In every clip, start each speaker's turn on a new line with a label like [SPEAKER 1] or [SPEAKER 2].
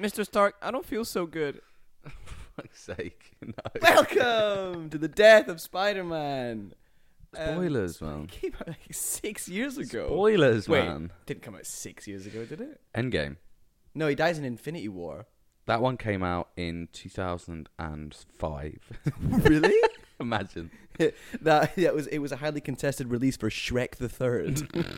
[SPEAKER 1] Mr. Stark, I don't feel so good.
[SPEAKER 2] fuck's sake. No.
[SPEAKER 1] Welcome to the death of Spider-Man. Um,
[SPEAKER 2] Spoilers, man.
[SPEAKER 1] It came out like six years ago.
[SPEAKER 2] Spoilers,
[SPEAKER 1] Wait,
[SPEAKER 2] man.
[SPEAKER 1] didn't come out six years ago, did it?
[SPEAKER 2] Endgame.
[SPEAKER 1] No, he dies in Infinity War.
[SPEAKER 2] That one came out in 2005.
[SPEAKER 1] really?
[SPEAKER 2] Imagine.
[SPEAKER 1] that that was it was a highly contested release for Shrek the Third.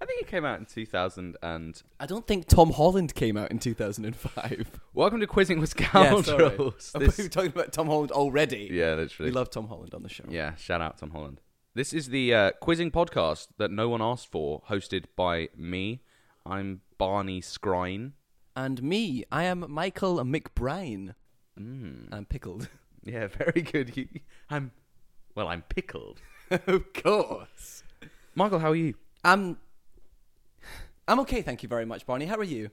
[SPEAKER 2] I think it came out in 2000 and...
[SPEAKER 1] I don't think Tom Holland came out in 2005.
[SPEAKER 2] Welcome to Quizzing with
[SPEAKER 1] Yeah,
[SPEAKER 2] Scoundrels.
[SPEAKER 1] sorry. I thought
[SPEAKER 2] This-
[SPEAKER 1] we were talking about Tom Holland already.
[SPEAKER 2] yeah,
[SPEAKER 1] We
[SPEAKER 2] literally.
[SPEAKER 1] love Tom Holland on the show.
[SPEAKER 2] yeah, shout out Tom Holland. This is the uh, quizzing podcast that no one asked for, hosted by me. I'm Barney Scrine.
[SPEAKER 1] And me, I am Michael McBride.
[SPEAKER 2] Hmm.
[SPEAKER 1] I'm pickled.
[SPEAKER 2] Yeah, very good. You, I'm, well, I'm pickled.
[SPEAKER 1] of course.
[SPEAKER 2] Michael, how are you?
[SPEAKER 1] I'm I'm okay, thank you very much, Barney. How are you?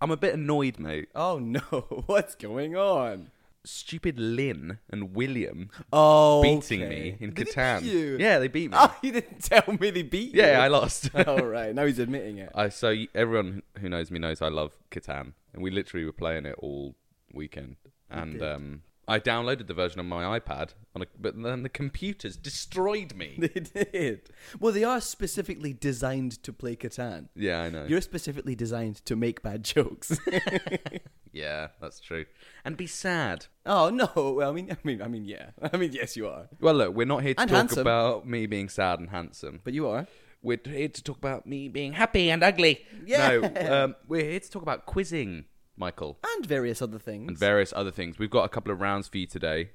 [SPEAKER 2] I'm a bit annoyed, mate.
[SPEAKER 1] Oh no, what's going on?
[SPEAKER 2] Stupid Lynn and William
[SPEAKER 1] Oh,
[SPEAKER 2] beating
[SPEAKER 1] okay.
[SPEAKER 2] me in
[SPEAKER 1] Did they
[SPEAKER 2] Catan.
[SPEAKER 1] beat you?
[SPEAKER 2] Yeah, they beat me.
[SPEAKER 1] Oh, you didn't tell me they beat you.
[SPEAKER 2] yeah, I lost.
[SPEAKER 1] All right, now he's admitting it.
[SPEAKER 2] I so you- everyone who knows me knows I love Catan, and we literally were playing it all weekend. And
[SPEAKER 1] did.
[SPEAKER 2] um, I downloaded the version on my iPad, on a, but then the computers destroyed me.
[SPEAKER 1] They did. Well, they are specifically designed to play Catan.
[SPEAKER 2] yeah, I know.
[SPEAKER 1] You're specifically designed to make bad jokes.
[SPEAKER 2] yeah, that's true. And be sad.
[SPEAKER 1] oh no! Well, I mean, I mean, I mean, yeah. I mean, yes, you are.
[SPEAKER 2] Well, look, we're not here to
[SPEAKER 1] And
[SPEAKER 2] talk
[SPEAKER 1] handsome.
[SPEAKER 2] about me being sad and handsome.
[SPEAKER 1] But you are.
[SPEAKER 2] We're here to talk about me being happy and ugly. No,
[SPEAKER 1] Yeah.
[SPEAKER 2] um, we're here to talk about quizzing, Michael,
[SPEAKER 1] And various other things.
[SPEAKER 2] and various other things. We've got a couple of rounds for you today.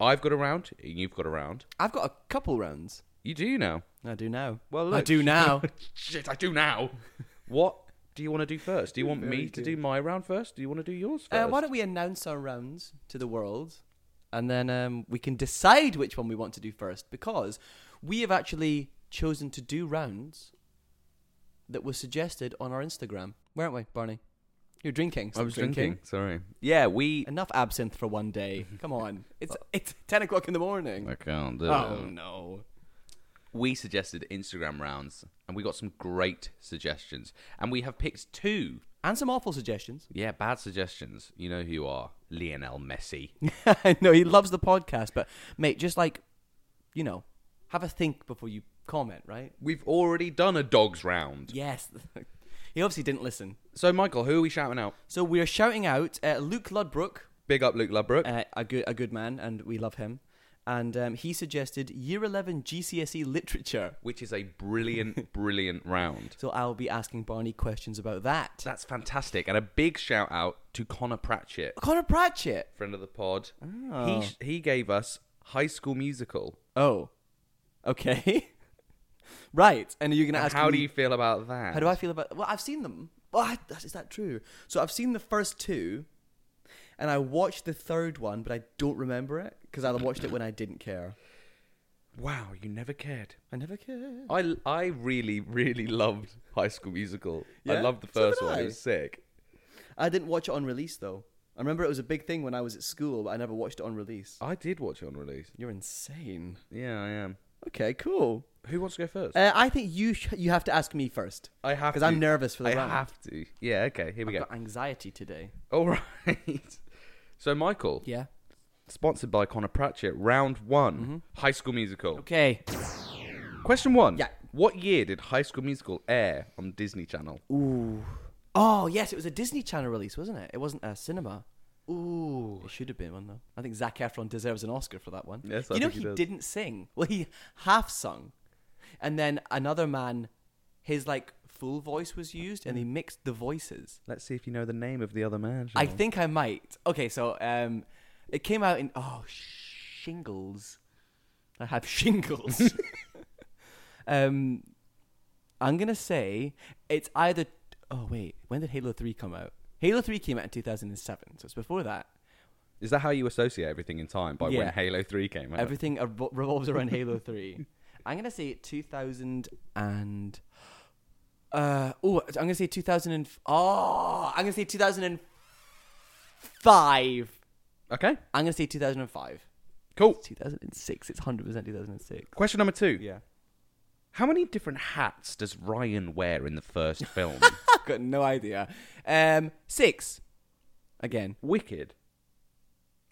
[SPEAKER 2] I've got a round. You've got a round.
[SPEAKER 1] I've got a couple rounds.
[SPEAKER 2] You do now.
[SPEAKER 1] I do now.
[SPEAKER 2] Well,
[SPEAKER 1] I
[SPEAKER 2] look.
[SPEAKER 1] do now.
[SPEAKER 2] Shit, I do now. What do you want to do first? Do you want me
[SPEAKER 1] Very
[SPEAKER 2] to
[SPEAKER 1] good.
[SPEAKER 2] do my round first? Do you want to do yours first?
[SPEAKER 1] uh, why don't we announce our rounds to the world, and then um, we can decide which one we want to do first because we have actually chosen to do rounds that were suggested on our Instagram, weren't we, Barney? You're drinking.
[SPEAKER 2] I
[SPEAKER 1] Stop
[SPEAKER 2] was drinking. Sorry. Yeah, we.
[SPEAKER 1] Enough absinthe for one day. Come on. It's it's ten o'clock in the morning.
[SPEAKER 2] I can't do
[SPEAKER 1] Oh no.
[SPEAKER 2] We suggested Instagram rounds, and we got some great suggestions, and we have picked two.
[SPEAKER 1] And some awful suggestions.
[SPEAKER 2] Yeah, bad suggestions. You know who you are, Lionel Messi.
[SPEAKER 1] I know he loves the podcast, but mate, just like you know, have a think before you comment, right?
[SPEAKER 2] We've already done a dogs round.
[SPEAKER 1] Yes. he obviously didn't listen.
[SPEAKER 2] So, Michael, who are we shouting out?
[SPEAKER 1] So we are shouting out uh, Luke Ludbrook,
[SPEAKER 2] Big up Luke Ludbrook.
[SPEAKER 1] uh, a good a good man, and we love him. And um, he suggested Year Eleven GCSE E literature.
[SPEAKER 2] which is a brilliant, brilliant round.
[SPEAKER 1] So I'll be asking Barney questions about that.
[SPEAKER 2] That's fantastic. And a big shout out to Connor Pratchett,
[SPEAKER 1] Connor Pratchett.
[SPEAKER 2] friend of the pod. He sh- he gave us High School Musical.
[SPEAKER 1] Oh, okay, right. And are you gonna ask?
[SPEAKER 2] How
[SPEAKER 1] me-
[SPEAKER 2] do you feel about that?
[SPEAKER 1] How do I feel about? Well, I've seen them. Well, I, is that true? So I've seen the first two, and I watched the third one, but I don't remember it because I watched it when I didn't care.
[SPEAKER 2] Wow, you never cared.
[SPEAKER 1] I never cared.
[SPEAKER 2] I, I really really loved High School Musical. I
[SPEAKER 1] Yeah?
[SPEAKER 2] loved the
[SPEAKER 1] So did
[SPEAKER 2] first one.
[SPEAKER 1] I.
[SPEAKER 2] It was sick.
[SPEAKER 1] I didn't watch it on release though. I remember it was a big thing when I was at school, but I never watched it on release.
[SPEAKER 2] I did watch it on release.
[SPEAKER 1] You're insane.
[SPEAKER 2] Yeah, I am.
[SPEAKER 1] Okay, cool.
[SPEAKER 2] Who wants to go first?
[SPEAKER 1] Uh, I think you sh- you have to ask me first
[SPEAKER 2] I have
[SPEAKER 1] because
[SPEAKER 2] to.
[SPEAKER 1] I'm nervous for the
[SPEAKER 2] I
[SPEAKER 1] round.
[SPEAKER 2] have to. Yeah. Okay. Here we
[SPEAKER 1] I've
[SPEAKER 2] go.
[SPEAKER 1] got anxiety today.
[SPEAKER 2] All right. So Michael,
[SPEAKER 1] Yeah.
[SPEAKER 2] sponsored by Connor Pratchett, round one,
[SPEAKER 1] Mm-hmm.
[SPEAKER 2] High School Musical.
[SPEAKER 1] Okay.
[SPEAKER 2] Question one.
[SPEAKER 1] Yeah.
[SPEAKER 2] What year did High School Musical air on Disney Channel?
[SPEAKER 1] Ooh. Oh yes, it was a Disney Channel release, wasn't it? It wasn't a cinema. Ooh. It should have been one though. I think Zach Efron deserves an Oscar for that one.
[SPEAKER 2] Yes, I
[SPEAKER 1] you know
[SPEAKER 2] think he
[SPEAKER 1] he
[SPEAKER 2] does.
[SPEAKER 1] didn't sing. Well, he half sung, and then another man, his like full voice was used, and they
[SPEAKER 2] Mm.
[SPEAKER 1] mixed the voices.
[SPEAKER 2] Let's see if you know the name of the other man.
[SPEAKER 1] I think I might. Okay, so um, it came out in oh shingles. I have shingles. um, I'm gonna say it's either. Oh wait, when did Halo Three come out? Halo Three came out in 2007, so it's before that.
[SPEAKER 2] Is that how you associate everything in time by when
[SPEAKER 1] Yeah.
[SPEAKER 2] Halo 3 came out?
[SPEAKER 1] Everything revol- revolves around Halo Three. I'm gonna say 2000 and. Uh, oh, I'm gonna say 2000 and f- oh, I'm gonna say 2005.
[SPEAKER 2] okay,
[SPEAKER 1] I'm gonna say 2005.
[SPEAKER 2] cool.
[SPEAKER 1] 2006. It's 100% 2006.
[SPEAKER 2] Question number two.
[SPEAKER 1] Yeah.
[SPEAKER 2] How many different hats does Ryan wear in the first film?
[SPEAKER 1] got no idea. Um, six. Again,
[SPEAKER 2] Wicked.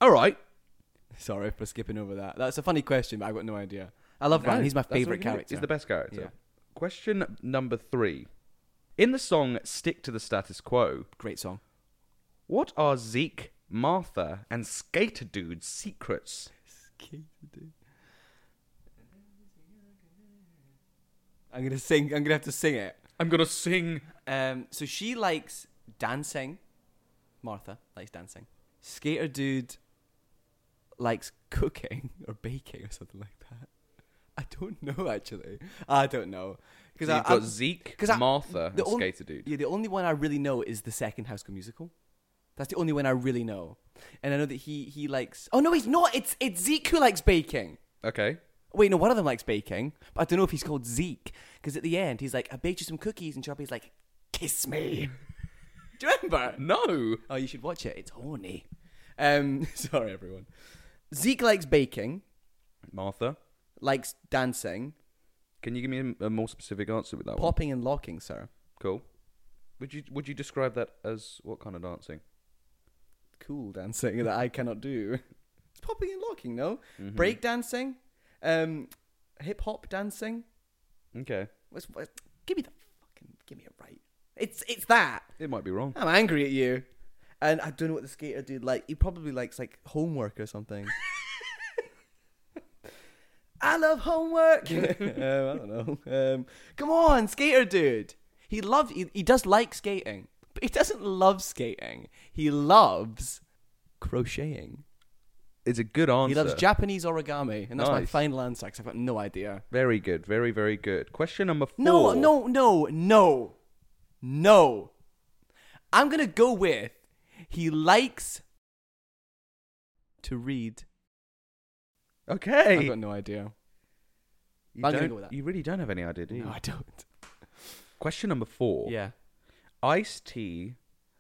[SPEAKER 2] All right.
[SPEAKER 1] sorry for skipping over that. That's a funny question, but I've got no idea. I love Ryan.
[SPEAKER 2] No,
[SPEAKER 1] He's my
[SPEAKER 2] that's what
[SPEAKER 1] favorite
[SPEAKER 2] we do.
[SPEAKER 1] character.
[SPEAKER 2] He's the best character.
[SPEAKER 1] Yeah.
[SPEAKER 2] Question number three. In the song Stick to the Status Quo,
[SPEAKER 1] Great song.
[SPEAKER 2] what are Zeke, Martha, and Skater Dude's secrets?
[SPEAKER 1] I'm gonna sing. I'm gonna have to sing it.
[SPEAKER 2] I'm gonna sing.
[SPEAKER 1] Um, so she likes dancing. Martha likes dancing. Skater dude likes cooking or baking or something like that. I don't know actually. I don't know
[SPEAKER 2] Because you've
[SPEAKER 1] I-
[SPEAKER 2] got
[SPEAKER 1] I-
[SPEAKER 2] Zeke,
[SPEAKER 1] 'cause I-
[SPEAKER 2] Martha, and
[SPEAKER 1] the only-
[SPEAKER 2] Skater Dude.
[SPEAKER 1] Yeah, the only one I really know is the second High School Musical. That's the only one I really know, and I know that he he likes. Oh no, he's not. It's it's Zeke who likes baking.
[SPEAKER 2] Okay.
[SPEAKER 1] Wait, no, one of them likes baking, but I don't know if he's called Zeke because at the end he's like, "I baked you some cookies," and Chubby's like, "Kiss me." Do you remember?
[SPEAKER 2] No.
[SPEAKER 1] Oh, you should watch it. It's horny. Um, sorry, everyone. Zeke likes baking,
[SPEAKER 2] Martha,
[SPEAKER 1] likes dancing,
[SPEAKER 2] can you give me a, a more specific answer with that one?
[SPEAKER 1] popping and locking, sir.
[SPEAKER 2] Cool. Would you would you describe that as what kind of dancing?
[SPEAKER 1] Cool dancing that I cannot do. It's popping and locking, no? Break dancing, um, hip hop dancing.
[SPEAKER 2] Okay.
[SPEAKER 1] What's, what, give me the fucking, give me a right. It's it's that.
[SPEAKER 2] It might be wrong.
[SPEAKER 1] I'm angry at you. And I don't know what the skater dude like. He probably likes like homework or something. I love homework. um, I don't know. Um, come on, skater dude. He loves. He, he does like skating, but he doesn't love skating. He loves crocheting.
[SPEAKER 2] It's a good answer.
[SPEAKER 1] He loves Japanese origami, and that's my
[SPEAKER 2] Nice.
[SPEAKER 1] final answer. 'cause I've got no idea.
[SPEAKER 2] Very good. Very very good. Question number four.
[SPEAKER 1] No, no, no, no, no. I'm gonna go with he likes to read. I've
[SPEAKER 2] Okay.
[SPEAKER 1] got no idea.
[SPEAKER 2] You,
[SPEAKER 1] I'm gonna
[SPEAKER 2] don't-
[SPEAKER 1] go with that.
[SPEAKER 2] you really don't have any idea, do you?
[SPEAKER 1] No, I don't.
[SPEAKER 2] Question number four.
[SPEAKER 1] Yeah.
[SPEAKER 2] Ice tea,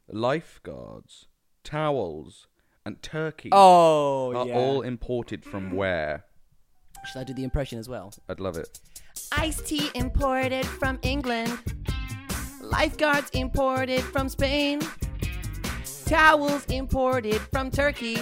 [SPEAKER 2] lifeguards, towels, and turkey
[SPEAKER 1] Oh,
[SPEAKER 2] are
[SPEAKER 1] yeah.
[SPEAKER 2] all imported from where?
[SPEAKER 1] Should I do the impression as well?
[SPEAKER 2] I'd love it.
[SPEAKER 3] Iced tea imported from England. Lifeguards imported from Spain. Towels imported from Turkey.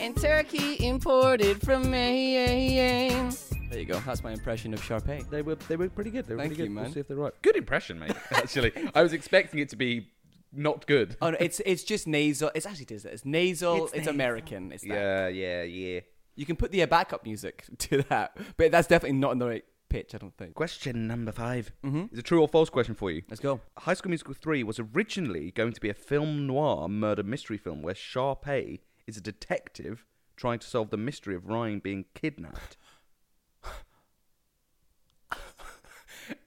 [SPEAKER 3] And Turkey imported from Maine.
[SPEAKER 1] There you go. That's my impression of Sharpay.
[SPEAKER 2] They were they were pretty good. They were
[SPEAKER 1] Thank
[SPEAKER 2] pretty
[SPEAKER 1] you,
[SPEAKER 2] good.
[SPEAKER 1] man.
[SPEAKER 2] We'll see if they're right. Good impression, mate. Actually, I was expecting it to be not good.
[SPEAKER 1] Oh no, it's it's just nasal. It's actually it is that. It's nasal. It's,
[SPEAKER 3] It's nasal.
[SPEAKER 1] American. It's that.
[SPEAKER 2] Yeah, yeah, yeah.
[SPEAKER 1] You can put the uh, backup music to that, but that's definitely not in the right pitch. I don't think.
[SPEAKER 2] Question number 5 Mm-hmm. It's a true or false question for you.
[SPEAKER 1] Let's go.
[SPEAKER 2] High School Musical 3 was originally going to be a film noir murder mystery film where Sharpay is a detective trying to solve the mystery of Ryan being kidnapped.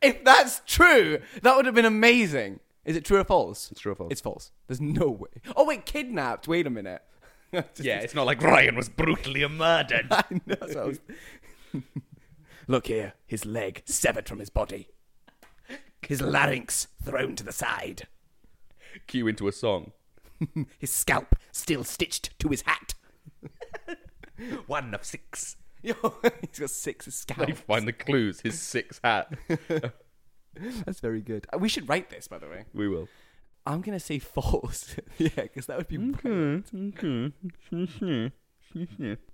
[SPEAKER 1] If that's true, that would have been amazing. Is it true or false?
[SPEAKER 2] It's true or false?
[SPEAKER 1] It's false. There's no way. Oh wait, kidnapped. Wait a minute.
[SPEAKER 2] yeah, it's not like Ryan was brutally murdered.
[SPEAKER 1] I know. that's what I was- Look here, his leg severed from his body, his larynx thrown to the side,
[SPEAKER 2] Cue into a song.
[SPEAKER 1] his scalp still stitched to his hat.
[SPEAKER 2] One of six.
[SPEAKER 1] Yo, he's got six
[SPEAKER 2] They
[SPEAKER 1] scalps.
[SPEAKER 2] find the clues, his six hat.
[SPEAKER 1] That's very good. We should write this, by the way.
[SPEAKER 2] we will.
[SPEAKER 1] I'm gonna say false. yeah, because that would be.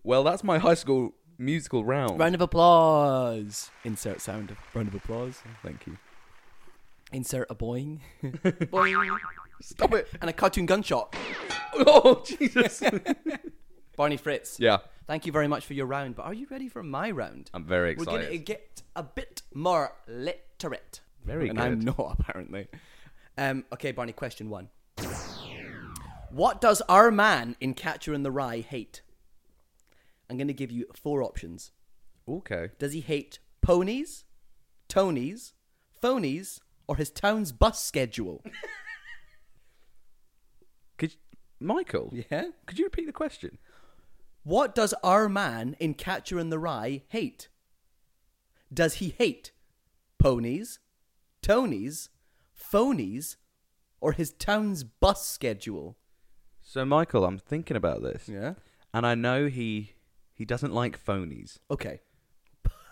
[SPEAKER 2] Well, that's my high school musical round.
[SPEAKER 1] Round of applause. Insert sound of round of applause.
[SPEAKER 2] Thank you.
[SPEAKER 1] Insert a boing.
[SPEAKER 2] Stop it.
[SPEAKER 1] and a cartoon gunshot.
[SPEAKER 2] Oh, Jesus.
[SPEAKER 1] Barney Fritz.
[SPEAKER 2] yeah,
[SPEAKER 1] Thank you very much for your round, but are you ready for my round?
[SPEAKER 2] I'm very
[SPEAKER 1] We're
[SPEAKER 2] excited.
[SPEAKER 1] going to get a bit more literate.
[SPEAKER 2] Very
[SPEAKER 1] and I'm
[SPEAKER 2] good.
[SPEAKER 1] not, apparently. Um, okay, Barney, question one. What does our man in Catcher in the Rye hate? I'm going to give you four options.
[SPEAKER 2] Okay.
[SPEAKER 1] Does he hate ponies, Tonys, phonies, or his town's bus schedule?
[SPEAKER 2] Could Michael?
[SPEAKER 1] Yeah?
[SPEAKER 2] Could you repeat the question?
[SPEAKER 1] What does our man in Catcher in the Rye hate? Does he hate ponies, Tonys, phonies, or his town's bus schedule?
[SPEAKER 2] So, Michael, I'm thinking about this,
[SPEAKER 1] Yeah.
[SPEAKER 2] and I know he he doesn't like phonies.
[SPEAKER 1] Okay.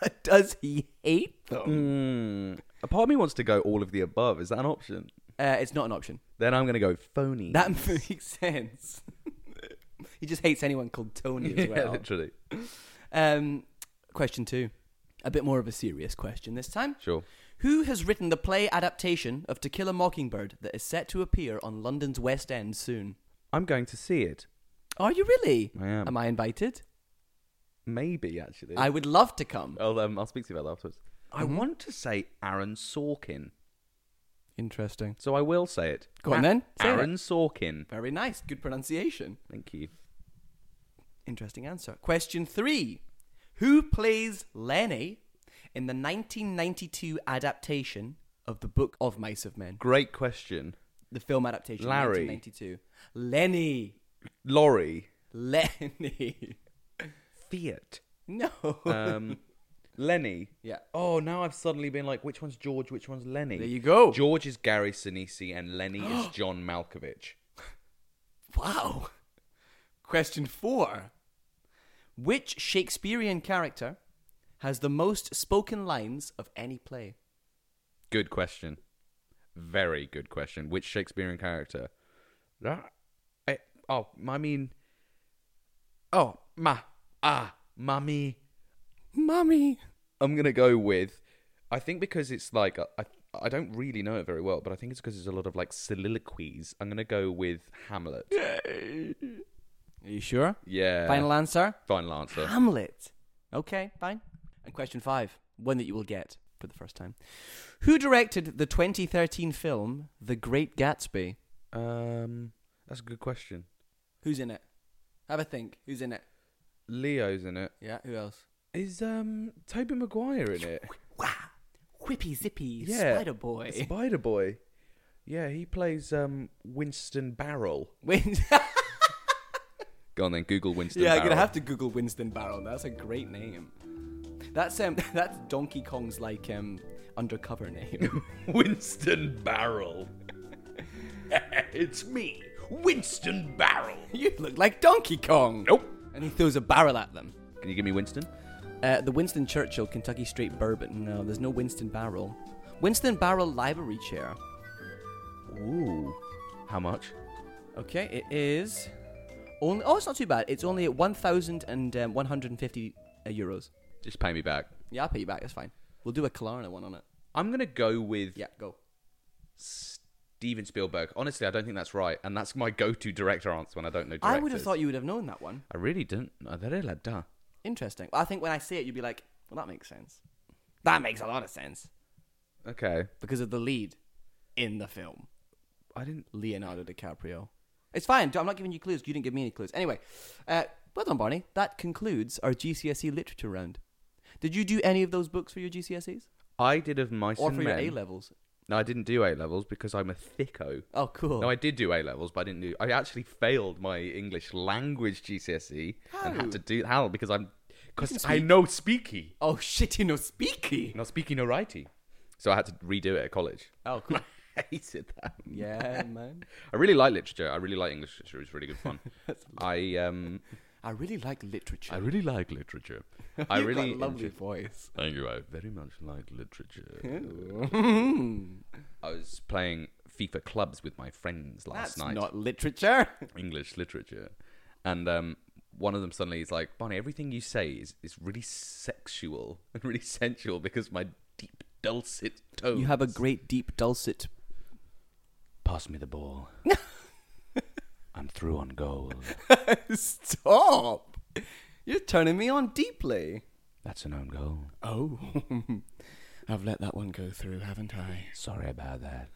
[SPEAKER 1] But does he hate them?
[SPEAKER 2] Mm, A part of me wants to go all of the above. Is that an option?
[SPEAKER 1] Uh, it's not an option.
[SPEAKER 2] Then I'm going to go phony.
[SPEAKER 1] That makes sense. he just hates anyone called Tony
[SPEAKER 2] yeah,
[SPEAKER 1] as well.
[SPEAKER 2] literally.
[SPEAKER 1] Um, question two. A bit more of a serious question this time.
[SPEAKER 2] Sure.
[SPEAKER 1] Who has written the play adaptation of To Kill a Mockingbird that is set to appear on London's West End soon?
[SPEAKER 2] I'm going to see it.
[SPEAKER 1] Are you really?
[SPEAKER 2] I am.
[SPEAKER 1] Am I invited?
[SPEAKER 2] Maybe actually.
[SPEAKER 1] I Mm-hmm. would love to come.
[SPEAKER 2] I'll, um, I'll speak to you about that afterwards. I want to say Aaron Sorkin,
[SPEAKER 1] Interesting.
[SPEAKER 2] so I will say it.
[SPEAKER 1] Go on then, say
[SPEAKER 2] Aaron Sorkin.
[SPEAKER 1] Very nice. Good pronunciation.
[SPEAKER 2] Thank you.
[SPEAKER 1] Interesting answer. Question three Who plays Lenny in the 1992 adaptation of the Book of Mice of Men?
[SPEAKER 2] Great question,
[SPEAKER 1] The film adaptation,
[SPEAKER 2] Larry.
[SPEAKER 1] 1992. Lenny.
[SPEAKER 2] Laurie.
[SPEAKER 1] Lenny.
[SPEAKER 2] Fiat.
[SPEAKER 1] No.
[SPEAKER 2] Um, Lenny.
[SPEAKER 1] yeah.
[SPEAKER 2] Oh, now I've suddenly been like, which one's George? Which one's Lenny?
[SPEAKER 1] There you go.
[SPEAKER 2] George is Gary Sinise, and Lenny is John Malkovich.
[SPEAKER 1] Wow. Question four. Which Shakespearean character has the most spoken lines of any play?
[SPEAKER 2] Good question. Very good question. Which Shakespearean character? That- I, oh, I mean. Oh, ma. Ah, mummy.
[SPEAKER 1] Mummy.
[SPEAKER 2] I'm going to go with. I think because it's like. uh, I, I don't really know it very well, but I think it's because there's a lot of like soliloquies. I'm going to go with Hamlet.
[SPEAKER 1] Are you sure?
[SPEAKER 2] Yeah.
[SPEAKER 1] Final answer?
[SPEAKER 2] Final answer.
[SPEAKER 1] Hamlet. Okay, fine. And question five, one that you will get for the first time. Who directed the 2013 film The Great Gatsby?
[SPEAKER 2] Um, that's a good question.
[SPEAKER 1] Who's in it? Have a think. Who's in it?
[SPEAKER 2] Leo's in it.
[SPEAKER 1] Yeah, who else?
[SPEAKER 2] Is um Toby Maguire in it?
[SPEAKER 1] Wow. Whippy zippy
[SPEAKER 2] Yeah.
[SPEAKER 1] Spider Boy.
[SPEAKER 2] Spider Boy. Yeah, he plays um Winston Barrel.
[SPEAKER 1] Win-
[SPEAKER 2] Go on then, Google Winston
[SPEAKER 1] yeah, I'm
[SPEAKER 2] Barrel.
[SPEAKER 1] gonna have to Google Winston Barrel. That's a great name. That's um, that's Donkey Kong's like um, undercover name.
[SPEAKER 2] Winston Barrel. it's me, Winston Barrel.
[SPEAKER 1] you look like Donkey Kong.
[SPEAKER 2] Nope.
[SPEAKER 1] And he throws a barrel at them.
[SPEAKER 2] Can you give me Winston?
[SPEAKER 1] Uh, the Winston Churchill Kentucky Straight Bourbon. No, there's no Winston Barrel. Winston Barrel Library Chair.
[SPEAKER 2] Ooh. How much?
[SPEAKER 1] Okay, it is only. Oh, it's not too bad. It's only at one thousand and um, one hundred and fifty uh, euros.
[SPEAKER 2] Just pay me back.
[SPEAKER 1] Yeah, I'll pay you back. That's fine. We'll do a Killarney one on it.
[SPEAKER 2] I'm gonna go with
[SPEAKER 1] Yeah, go.
[SPEAKER 2] Steven Spielberg. Honestly, I don't think that's right, and that's my go-to director answer when I don't know directors.
[SPEAKER 1] I would have thought you would have known that one.
[SPEAKER 2] I really didn't. I really like that.
[SPEAKER 1] Interesting. Well, I think when I see it, you'd be like, "Well, that makes sense. That makes a lot of sense
[SPEAKER 2] Okay.
[SPEAKER 1] because of the lead in the film,
[SPEAKER 2] I didn't.
[SPEAKER 1] Leonardo DiCaprio." It's fine. I'm not giving you clues. 'cause You didn't give me any clues. Anyway, uh, well done, Barney. That concludes our GCSE E literature round. Did you do any of those books for your GCSEs
[SPEAKER 2] I did of mice
[SPEAKER 1] or
[SPEAKER 2] and
[SPEAKER 1] for your
[SPEAKER 2] men.
[SPEAKER 1] A levels?
[SPEAKER 2] No, I didn't do A levels because I'm a thicko.
[SPEAKER 1] Oh, cool.
[SPEAKER 2] No, I did do A levels, but I didn't do. I actually failed my English language GCSE E and
[SPEAKER 1] How?
[SPEAKER 2] had to do how because I'm because I
[SPEAKER 1] speak-
[SPEAKER 2] know speaky,
[SPEAKER 1] oh shit! You know speaky.
[SPEAKER 2] not speaky, no righty. So I had to redo it at college.
[SPEAKER 1] Oh, cool.
[SPEAKER 2] I hated that.
[SPEAKER 1] yeah, man.
[SPEAKER 2] I really like literature. I really like English literature. It's really good fun. I um
[SPEAKER 1] I really like literature.
[SPEAKER 2] I really like literature. I
[SPEAKER 1] You've got
[SPEAKER 2] really
[SPEAKER 1] a lovely
[SPEAKER 2] enjoy-
[SPEAKER 1] voice.
[SPEAKER 2] Thank you. I very much like literature. I was playing FIFA clubs with my friends last
[SPEAKER 1] That's
[SPEAKER 2] night.
[SPEAKER 1] not literature.
[SPEAKER 2] English literature. And um, one of them suddenly is like, Bonnie, everything you say is, is really sexual and really sensual because my deep, dulcet tone.
[SPEAKER 1] You have a great deep dulcet
[SPEAKER 2] Pass me the ball. I'm through on goal.
[SPEAKER 1] Stop! You're turning me on deeply.
[SPEAKER 2] That's an own goal.
[SPEAKER 1] Oh. I've let that one go through, haven't I?
[SPEAKER 2] Sorry about that.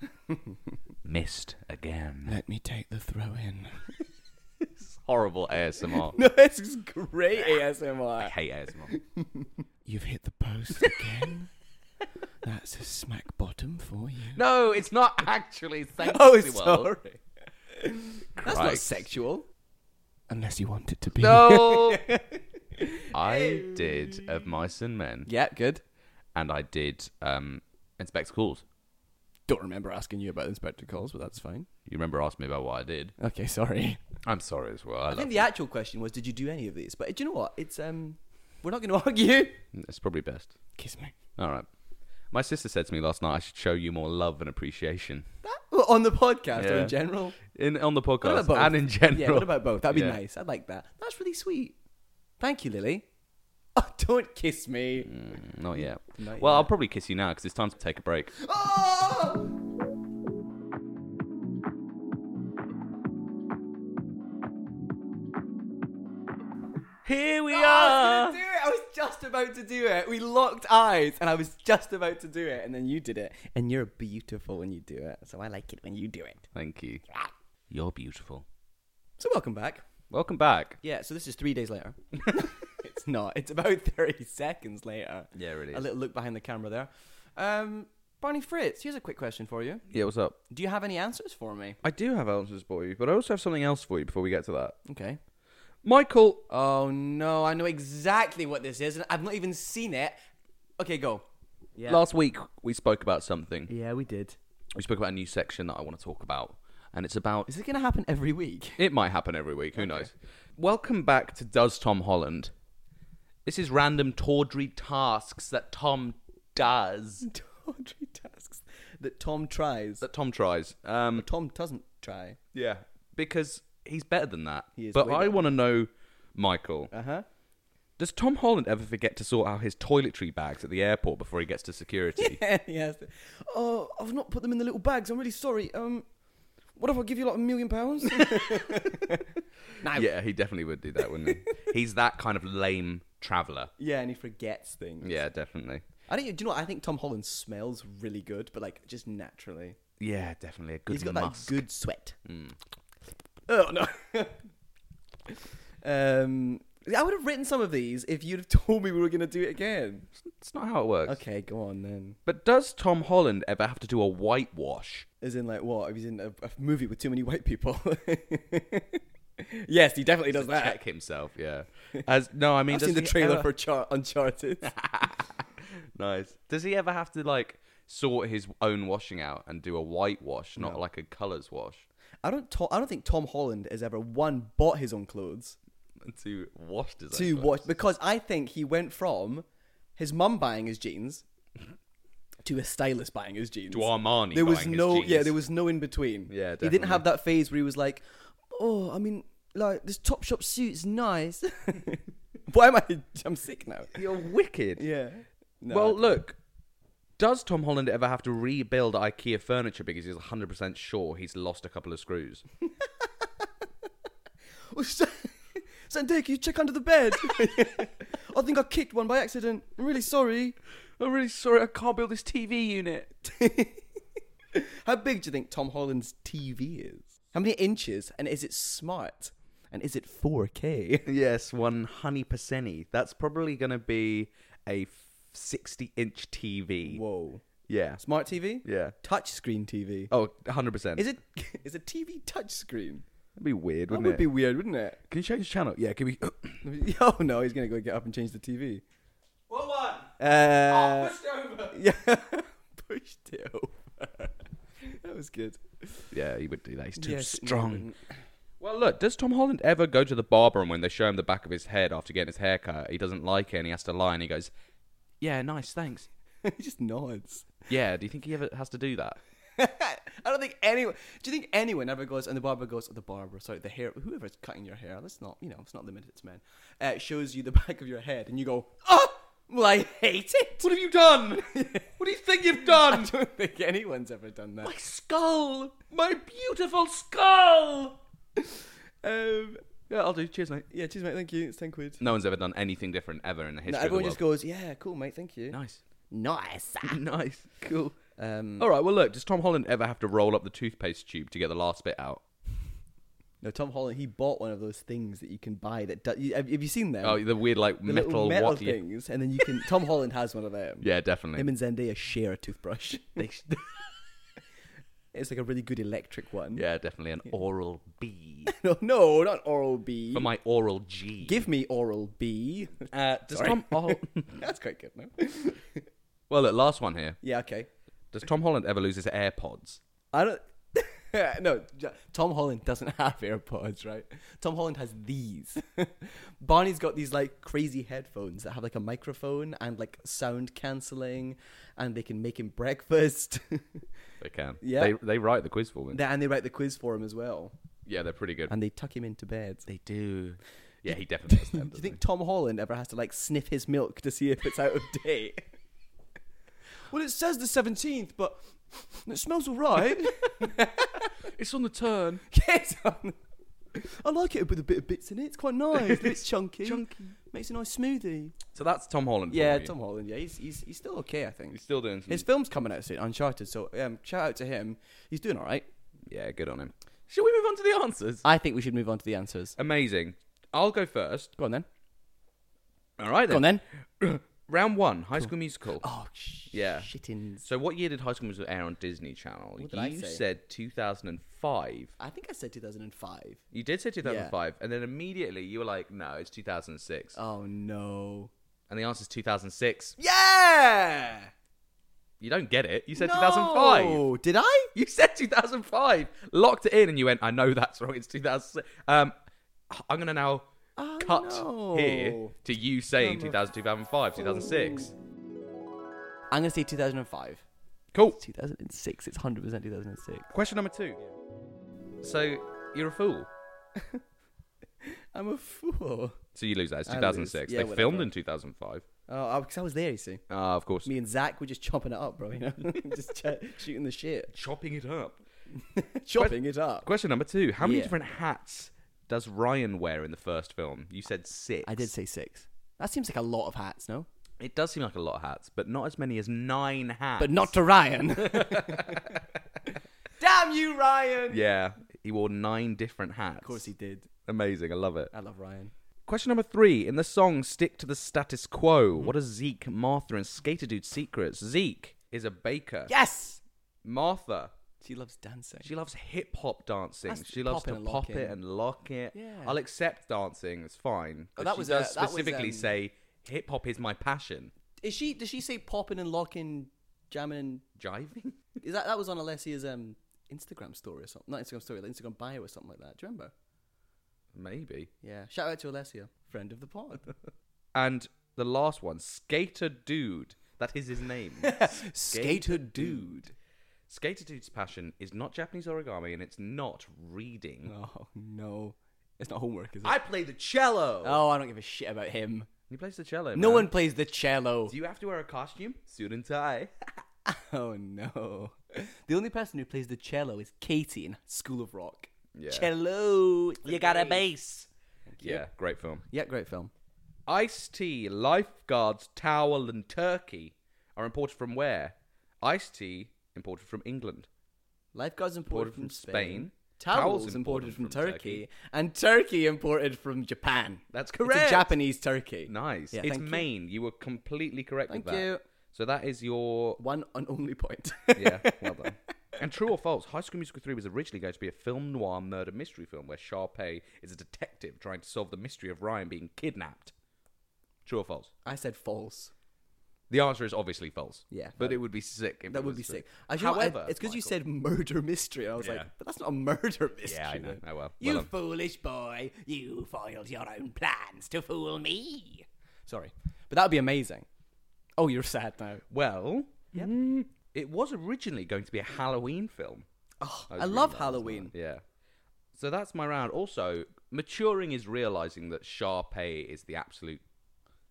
[SPEAKER 2] Missed again.
[SPEAKER 1] Let me take the throw in.
[SPEAKER 2] Horrible ASMR.
[SPEAKER 1] No, this is great
[SPEAKER 2] I
[SPEAKER 1] ASMR.
[SPEAKER 2] hate ASMR.
[SPEAKER 1] You've hit the post again. That's a smack bottom for you.
[SPEAKER 2] No, it's not actually sexual.
[SPEAKER 1] Oh, sorry. That's not
[SPEAKER 2] Christ.
[SPEAKER 1] sexual. Unless you want it to be.
[SPEAKER 2] No. I did of mice and men,
[SPEAKER 1] Yeah, good.
[SPEAKER 2] and I did um, inspect schools.
[SPEAKER 1] Don't remember asking you about Inspector Calls, but that's fine.
[SPEAKER 2] You remember asking me about what I did?
[SPEAKER 1] Okay, sorry.
[SPEAKER 2] I'm sorry as well. I
[SPEAKER 1] I
[SPEAKER 2] love
[SPEAKER 1] think the actual question was, did you do any of these? But do you know what? It's um, we're not going to argue.
[SPEAKER 2] It's probably best.
[SPEAKER 1] Kiss me.
[SPEAKER 2] All right. My sister said to me last night, I should show you more love and appreciation
[SPEAKER 1] Well, on the podcast or
[SPEAKER 2] Yeah.
[SPEAKER 1] in general.
[SPEAKER 2] in on the
[SPEAKER 1] What
[SPEAKER 2] podcast
[SPEAKER 1] about both?
[SPEAKER 2] and in general.
[SPEAKER 1] Yeah, what about both? That'd be
[SPEAKER 2] Yeah.
[SPEAKER 1] nice. I'd like that. That's really sweet. Thank you, Lily. Oh, don't kiss me.
[SPEAKER 2] Mm, Not yet.
[SPEAKER 1] Not
[SPEAKER 2] well,
[SPEAKER 1] yet.
[SPEAKER 2] I'll probably kiss you now because it's time to take a break.
[SPEAKER 1] Oh!
[SPEAKER 2] Here we
[SPEAKER 1] Oh, I was gonna do it. I was just about to do it. We locked eyes, and I was just about to do it, and then you did it. And you're beautiful when you do it, so I like it when you do it.
[SPEAKER 2] Thank you. You're beautiful.
[SPEAKER 1] So welcome back.
[SPEAKER 2] Welcome back.
[SPEAKER 1] Yeah. So this is three days later. it's not. It's about thirty seconds later.
[SPEAKER 2] Yeah, it
[SPEAKER 1] A little look behind the camera there. Um, Barney Fritz, here's a quick question for you.
[SPEAKER 2] Yeah, what's up?
[SPEAKER 1] Do you have any answers for me?
[SPEAKER 2] I do have answers for you, but I also have something else for you before we get to that.
[SPEAKER 1] Okay.
[SPEAKER 2] Michael,
[SPEAKER 1] Oh no, I know exactly what this is, and I've not even seen it. Okay, go. Yeah.
[SPEAKER 2] last week we spoke about something.
[SPEAKER 1] yeah, we did.
[SPEAKER 2] We spoke about a new section that I want to talk about, and it's about
[SPEAKER 1] Is it going to happen every week?
[SPEAKER 2] It might happen every week. Who knows? Welcome back to Does Tom Holland. This is random tawdry tasks that Tom does.
[SPEAKER 1] Tawdry tasks that Tom tries.
[SPEAKER 2] That Tom tries. Um,
[SPEAKER 1] Tom doesn't try.
[SPEAKER 2] yeah, because he's better than that.
[SPEAKER 1] He is
[SPEAKER 2] but
[SPEAKER 1] way
[SPEAKER 2] I
[SPEAKER 1] better.
[SPEAKER 2] want to know, Michael,
[SPEAKER 1] Uh huh.
[SPEAKER 2] does Tom Holland ever forget to sort out his toiletry bags at the airport before he gets to security?
[SPEAKER 1] yes. Oh, I've not put them in the little bags. I'm really sorry. Um, what if I give you like a million pounds? now.
[SPEAKER 2] yeah, he definitely would do that, wouldn't he? he's that kind of lame traveller.
[SPEAKER 1] Yeah, and he forgets things.
[SPEAKER 2] Yeah, definitely.
[SPEAKER 1] I think. Do you know? What? I think Tom Holland smells really good, but like just naturally,
[SPEAKER 2] Yeah, definitely. A good
[SPEAKER 1] he's got
[SPEAKER 2] musk. Mm.
[SPEAKER 1] that good sweat. Oh no. um, I would have written some of these if you'd have told me we were going to do it again.
[SPEAKER 2] That's not how it works.
[SPEAKER 1] Okay, go on then.
[SPEAKER 2] But does Tom Holland ever have to do a whitewash?
[SPEAKER 1] As in, like, what? If he's in a, a movie with too many white people. yes, he definitely does that.
[SPEAKER 2] Check himself, yeah. As no, I mean,
[SPEAKER 1] I've
[SPEAKER 2] does
[SPEAKER 1] seen the
[SPEAKER 2] he
[SPEAKER 1] trailer
[SPEAKER 2] ever-
[SPEAKER 1] for Char- Uncharted.
[SPEAKER 2] nice. Does he ever have to like sort his own washing out and do a whitewash, not like a colours wash,
[SPEAKER 1] I don't. To- I don't think Tom Holland has ever one bought his own clothes
[SPEAKER 2] to wash his
[SPEAKER 1] to
[SPEAKER 2] own
[SPEAKER 1] watch because I think he went from his mum buying his jeans to a stylist buying his jeans.
[SPEAKER 2] Mm-hmm. To Armani
[SPEAKER 1] there was
[SPEAKER 2] buying his
[SPEAKER 1] no
[SPEAKER 2] jeans.
[SPEAKER 1] yeah there was no in between
[SPEAKER 2] Yeah,
[SPEAKER 1] he
[SPEAKER 2] definitely.
[SPEAKER 1] didn't have that phase where he was like oh i mean like this top shop suit's nice why am i i'm sick now
[SPEAKER 2] You're wicked.
[SPEAKER 1] yeah No,
[SPEAKER 2] well,
[SPEAKER 1] I-
[SPEAKER 2] look. Does Tom Holland ever have to rebuild IKEA furniture because he's 100% sure he's lost a couple of screws?
[SPEAKER 1] Sandy, can you check under the bed i think i kicked one by accident i'm really sorry
[SPEAKER 2] I'm really sorry, I can't build this TV unit.
[SPEAKER 1] how big do you think tom holland's tv is how many inches and is it smart and is it 4k
[SPEAKER 2] Yes, one honey percenty. That's probably going to be a 60 inch TV.
[SPEAKER 1] whoa
[SPEAKER 2] Yeah.
[SPEAKER 1] smart tv
[SPEAKER 2] Yeah.
[SPEAKER 1] touch screen tv
[SPEAKER 2] Oh, 100%.
[SPEAKER 1] is it is a tv touch screen
[SPEAKER 2] It'd be weird,
[SPEAKER 1] that
[SPEAKER 2] wouldn't
[SPEAKER 1] would
[SPEAKER 2] it?
[SPEAKER 1] be weird wouldn't it
[SPEAKER 2] Can you change the channel? Yeah, can we.
[SPEAKER 1] Oh no, he's gonna go get up and change the TV.
[SPEAKER 2] what one?
[SPEAKER 1] Uh,
[SPEAKER 2] pushed over.
[SPEAKER 1] yeah, pushed it over. that was good.
[SPEAKER 2] Yeah, he would do that. He's too
[SPEAKER 1] Yes,
[SPEAKER 2] strong. Well, look, does Tom Holland ever go to the barber and when they show him the back of his head after getting his hair cut, he doesn't like it and he has to lie and he goes, Yeah, nice, thanks.
[SPEAKER 1] he just nods.
[SPEAKER 2] Yeah, do you think he ever has to do that?
[SPEAKER 1] I don't think anyone. Do you think anyone ever goes and the barber goes the barber? Sorry, the hair. Whoever's cutting your hair, that's not you know, it's not limited to men. Uh, shows you the back of your head, and you go, oh, well, I hate it.
[SPEAKER 2] What have you done? what do you think you've done?
[SPEAKER 1] I don't think anyone's ever done that.
[SPEAKER 2] skull! My beautiful skull!
[SPEAKER 1] Um,
[SPEAKER 2] Yeah, I'll do. Cheers, mate.
[SPEAKER 1] yeah, cheers, mate. Thank you. It's ten quid.
[SPEAKER 2] No one's ever done anything different ever in the history
[SPEAKER 1] No,
[SPEAKER 2] of the
[SPEAKER 1] everyone
[SPEAKER 2] world.
[SPEAKER 1] just goes, yeah, cool, mate. Thank you.
[SPEAKER 2] nice.
[SPEAKER 1] Nice.
[SPEAKER 2] nice. Cool.
[SPEAKER 1] Um,
[SPEAKER 2] All right, well, look, does Tom Holland ever have to roll up the toothpaste tube to get the last bit out?
[SPEAKER 1] No, Tom Holland, he bought one of those things that you can buy that do, you, have have you seen them?
[SPEAKER 2] Oh, the weird, like,
[SPEAKER 1] Mm. the
[SPEAKER 2] metal,
[SPEAKER 1] little metal
[SPEAKER 2] what-
[SPEAKER 1] things, and then you can. Tom Holland has one of them.
[SPEAKER 2] Yeah, definitely.
[SPEAKER 1] Him and Zendaya share a toothbrush.
[SPEAKER 2] They sh-
[SPEAKER 1] it's like a really good electric one.
[SPEAKER 2] yeah, definitely. An oral B.
[SPEAKER 1] No, no, not Oral B.
[SPEAKER 2] For my oral G.
[SPEAKER 1] Give me Oral B.
[SPEAKER 2] uh, does
[SPEAKER 1] Sorry.
[SPEAKER 2] Tom Hol-
[SPEAKER 1] That's quite good, no?
[SPEAKER 2] Well, look, last one here.
[SPEAKER 1] yeah, okay.
[SPEAKER 2] Does Tom Holland ever lose his AirPods?
[SPEAKER 1] I don't. no, j- Tom Holland doesn't have AirPods, right? Tom Holland has these. Barney's got these like crazy headphones that have like a microphone and like sound cancelling, and they can make him breakfast.
[SPEAKER 2] They can.
[SPEAKER 1] Yeah.
[SPEAKER 2] They, they write the quiz for me.
[SPEAKER 1] They- and they write the quiz for him as well,
[SPEAKER 2] yeah, they're pretty good.
[SPEAKER 1] and they tuck him into bed. They do.
[SPEAKER 2] yeah, he definitely does them.
[SPEAKER 1] Do you
[SPEAKER 2] doesn't
[SPEAKER 1] think Tom Holland ever has to like sniff his milk to see if it's out of date? well, it says the seventeenth, but it smells alright.
[SPEAKER 2] he? It's on the turn.
[SPEAKER 1] Yes, um, I like it with a bit of bits in it. It's quite nice. It's chunky.
[SPEAKER 2] Chunky.
[SPEAKER 1] Makes a nice smoothie.
[SPEAKER 2] So that's Tom Holland. for
[SPEAKER 1] Yeah,
[SPEAKER 2] me.
[SPEAKER 1] Tom Holland. Yeah, he's, he's he's still okay, I think.
[SPEAKER 2] He's still doing some.
[SPEAKER 1] His film's coming out soon, Uncharted. So um, shout out to him. He's doing all right.
[SPEAKER 2] yeah, good on him. Shall we move on to the answers?
[SPEAKER 1] I think we should move on to the answers.
[SPEAKER 2] Amazing. I'll go first.
[SPEAKER 1] Go on then.
[SPEAKER 2] All right
[SPEAKER 1] Go on then.
[SPEAKER 2] Round one, High School Musical.
[SPEAKER 1] Oh, sh-
[SPEAKER 2] Yeah.
[SPEAKER 1] Shittins.
[SPEAKER 2] So what year did High School Musical air on Disney Channel?
[SPEAKER 1] What did I
[SPEAKER 2] you
[SPEAKER 1] say?
[SPEAKER 2] said 2005.
[SPEAKER 1] I think I said 2005.
[SPEAKER 2] You did say 2005, and then immediately you were like, no, it's 2006.
[SPEAKER 1] Oh no.
[SPEAKER 2] And the answer is 2006.
[SPEAKER 1] Yeah.
[SPEAKER 2] You don't get it. You said 2005.
[SPEAKER 1] No! Did I?
[SPEAKER 2] You said 2005. Locked it in, and you went, I know that's wrong. It's 2006. Um, I'm going to now
[SPEAKER 1] Oh,
[SPEAKER 2] cut
[SPEAKER 1] no.
[SPEAKER 2] here to you saying 2000, 2005, 2006.
[SPEAKER 1] I'm gonna say 2005.
[SPEAKER 2] Cool.
[SPEAKER 1] 2006. It's 100 percent 2006.
[SPEAKER 2] Question number two. So you're a fool.
[SPEAKER 1] I'm a fool.
[SPEAKER 2] So you lose that. It's
[SPEAKER 1] I lose.
[SPEAKER 2] 2006.
[SPEAKER 1] Yeah,
[SPEAKER 2] they
[SPEAKER 1] whatever.
[SPEAKER 2] filmed in 2005.
[SPEAKER 1] Oh, because I was there, you see.
[SPEAKER 2] Ah, of course.
[SPEAKER 1] Me and Zach were just chopping it up, bro. You know, just ch- shooting the shit,
[SPEAKER 2] Chopping it up.
[SPEAKER 1] chopping it up.
[SPEAKER 2] Question number two. How many
[SPEAKER 1] Yeah.
[SPEAKER 2] different hats does Ryan wear in the first film? You said six.
[SPEAKER 1] I did say six. That seems like a lot of hats, no?
[SPEAKER 2] It does seem like a lot of hats, but not as many as nine hats.
[SPEAKER 1] But not to Ryan. Damn you, Ryan!
[SPEAKER 2] Yeah. He wore nine different hats.
[SPEAKER 1] Of course he did.
[SPEAKER 2] Amazing. I love it.
[SPEAKER 1] I love Ryan.
[SPEAKER 2] Question number three. In the song Stick to the Status Quo, what are Zeke, Martha, and Skater Dude's secrets? Zeke is a baker.
[SPEAKER 1] Yes,
[SPEAKER 2] Martha
[SPEAKER 1] she loves dancing.
[SPEAKER 2] She loves hip hop dancing.
[SPEAKER 1] That's
[SPEAKER 2] she loves
[SPEAKER 1] pop it
[SPEAKER 2] to
[SPEAKER 1] and
[SPEAKER 2] pop
[SPEAKER 1] lock it.
[SPEAKER 2] it and lock it.
[SPEAKER 1] Yeah.
[SPEAKER 2] I'll accept dancing. It's fine. But
[SPEAKER 1] that
[SPEAKER 2] she
[SPEAKER 1] was, uh,
[SPEAKER 2] does
[SPEAKER 1] that was,
[SPEAKER 2] specifically
[SPEAKER 1] um,
[SPEAKER 2] say hip hop is my passion.
[SPEAKER 1] Is she? Does she say popping and locking, jamming? And,
[SPEAKER 2] Jiving.
[SPEAKER 1] is that that was on Alessia's um, Instagram story or something? Not Instagram story, like Instagram bio or something like that. Do you remember?
[SPEAKER 2] Maybe.
[SPEAKER 1] Yeah. Shout out to Alessia, friend of the pod.
[SPEAKER 2] And the last one, Skater Dude. That is his name.
[SPEAKER 1] Skater dude.
[SPEAKER 2] Skater Dude's passion is not Japanese origami and it's not reading.
[SPEAKER 1] Oh no, it's not homework, is it?
[SPEAKER 2] I play the cello.
[SPEAKER 1] oh, I don't give a shit about him.
[SPEAKER 2] He plays the cello.
[SPEAKER 1] No
[SPEAKER 2] man.
[SPEAKER 1] one plays the cello.
[SPEAKER 2] Do you have to wear a costume? Suit and tie.
[SPEAKER 1] Oh no. The only person who plays the cello is Katie in School of Rock.
[SPEAKER 2] Yeah.
[SPEAKER 1] Cello. You got a bass.
[SPEAKER 2] Yeah, great film.
[SPEAKER 1] Yeah, great film.
[SPEAKER 2] Ice tea, lifeguards, towel, and turkey are imported from where? Ice tea imported from England.
[SPEAKER 1] Lifeguards imported
[SPEAKER 2] Imported
[SPEAKER 1] from
[SPEAKER 2] from
[SPEAKER 1] Spain.
[SPEAKER 2] Spain.
[SPEAKER 1] Towels, imported,
[SPEAKER 2] Towels imported
[SPEAKER 1] from,
[SPEAKER 2] from
[SPEAKER 1] Turkey.
[SPEAKER 2] Turkey.
[SPEAKER 1] And turkey imported from Japan.
[SPEAKER 2] That's
[SPEAKER 1] It's
[SPEAKER 2] correct.
[SPEAKER 1] a Japanese turkey.
[SPEAKER 2] Nice.
[SPEAKER 1] Yeah,
[SPEAKER 2] it's
[SPEAKER 1] thank you.
[SPEAKER 2] Maine. You. were completely correct
[SPEAKER 1] Thank
[SPEAKER 2] with that.
[SPEAKER 1] you.
[SPEAKER 2] So that is your
[SPEAKER 1] One and only point.
[SPEAKER 2] yeah. Well done. and true or false? High School Musical three was originally going to be a film noir murder mystery film where Sharpay is a detective trying to solve the mystery of Ryan being kidnapped. True or false?
[SPEAKER 1] I said false.
[SPEAKER 2] The answer is obviously false.
[SPEAKER 1] Yeah.
[SPEAKER 2] but it would be sick. If
[SPEAKER 1] That
[SPEAKER 2] it
[SPEAKER 1] would
[SPEAKER 2] was
[SPEAKER 1] be
[SPEAKER 2] true.
[SPEAKER 1] sick. I should,
[SPEAKER 2] However,
[SPEAKER 1] However, it's because you
[SPEAKER 2] Michael-
[SPEAKER 1] said murder mystery. I was
[SPEAKER 2] Yeah.
[SPEAKER 1] like, but that's not a murder mystery.
[SPEAKER 2] Yeah, I know.
[SPEAKER 1] man.
[SPEAKER 2] Oh, well. Well
[SPEAKER 1] you
[SPEAKER 2] done.
[SPEAKER 1] foolish boy, you foiled your own plans to fool me. Sorry, but that would be amazing. Oh, you're sad now.
[SPEAKER 2] Well, mm, it was originally going to be a Halloween film.
[SPEAKER 1] Oh,
[SPEAKER 2] was
[SPEAKER 1] I,
[SPEAKER 2] reading
[SPEAKER 1] love
[SPEAKER 2] that last
[SPEAKER 1] Halloween.
[SPEAKER 2] night. Yeah. So that's my round. Also, maturing is realizing that Sharpay is the absolute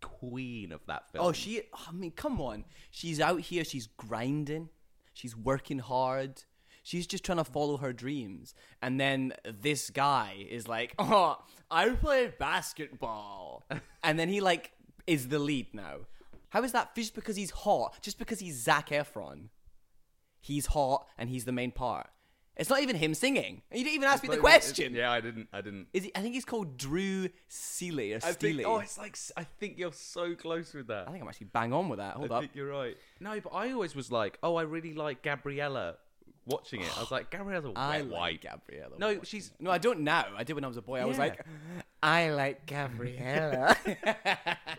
[SPEAKER 2] queen of that film.
[SPEAKER 1] Oh, she. I mean, come on. She's out here. She's grinding. She's working hard. She's just trying to follow her dreams. And then this guy is like, "Oh, I play basketball," and then he like is the lead now. How is that? Just because he's hot. Just because he's Zac Efron. He's hot, and he's the main part. It's not even him singing. You didn't even ask me the question.
[SPEAKER 2] Yeah, I didn't. I didn't.
[SPEAKER 1] Is he, I think he's called Drew Seeley or
[SPEAKER 2] I think,
[SPEAKER 1] Steely.
[SPEAKER 2] oh,
[SPEAKER 1] I
[SPEAKER 2] it's like s- I think you're so close with that. I
[SPEAKER 1] think I'm actually bang on with that. Hold up.
[SPEAKER 2] think you're right. No, but I always was like, oh, I really like Gabriella watching it. I was like, Gabrielle's a wet
[SPEAKER 1] I
[SPEAKER 2] wipe.
[SPEAKER 1] like Gabriella.
[SPEAKER 2] No,
[SPEAKER 1] White.
[SPEAKER 2] she's-
[SPEAKER 1] no, I don't now. I did when I was a boy. I was
[SPEAKER 2] Yeah.
[SPEAKER 1] like, I like Gabriella.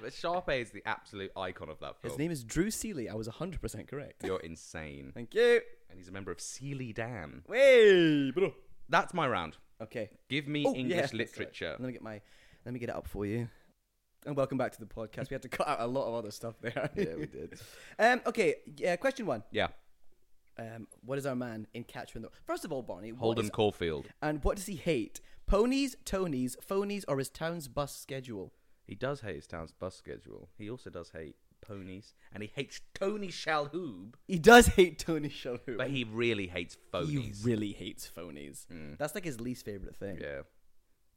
[SPEAKER 2] But Sharpay is the absolute icon of that film.
[SPEAKER 1] His name is Drew Seeley. I was hundred percent correct.
[SPEAKER 2] You're insane.
[SPEAKER 1] Thank you.
[SPEAKER 2] And he's a member of Sealy Dam.
[SPEAKER 1] Way, bro.
[SPEAKER 2] That's my round.
[SPEAKER 1] Okay.
[SPEAKER 2] Give me
[SPEAKER 1] Oh, yeah,
[SPEAKER 2] English
[SPEAKER 1] that's right.
[SPEAKER 2] literature.
[SPEAKER 1] Let me get my. Let me get it up for you. And welcome back to the podcast. We had to cut out a lot of other stuff there.
[SPEAKER 2] Yeah, we did.
[SPEAKER 1] um, okay. Yeah. Question one.
[SPEAKER 2] Yeah.
[SPEAKER 1] Um, what is our man in Catcher in the? First of all, Barney. what
[SPEAKER 2] Holden
[SPEAKER 1] is-
[SPEAKER 2] Caulfield.
[SPEAKER 1] and what does he hate? Ponies, Tonys, phonies, or his town's bus schedule?
[SPEAKER 2] He does hate his town's bus schedule. He also does hate ponies. And he hates Tony Shalhoub.
[SPEAKER 1] He does hate Tony Shalhoub.
[SPEAKER 2] But he really hates
[SPEAKER 1] he
[SPEAKER 2] phonies. Mm.
[SPEAKER 1] really hates phonies. That's like his least favorite thing.
[SPEAKER 2] yeah.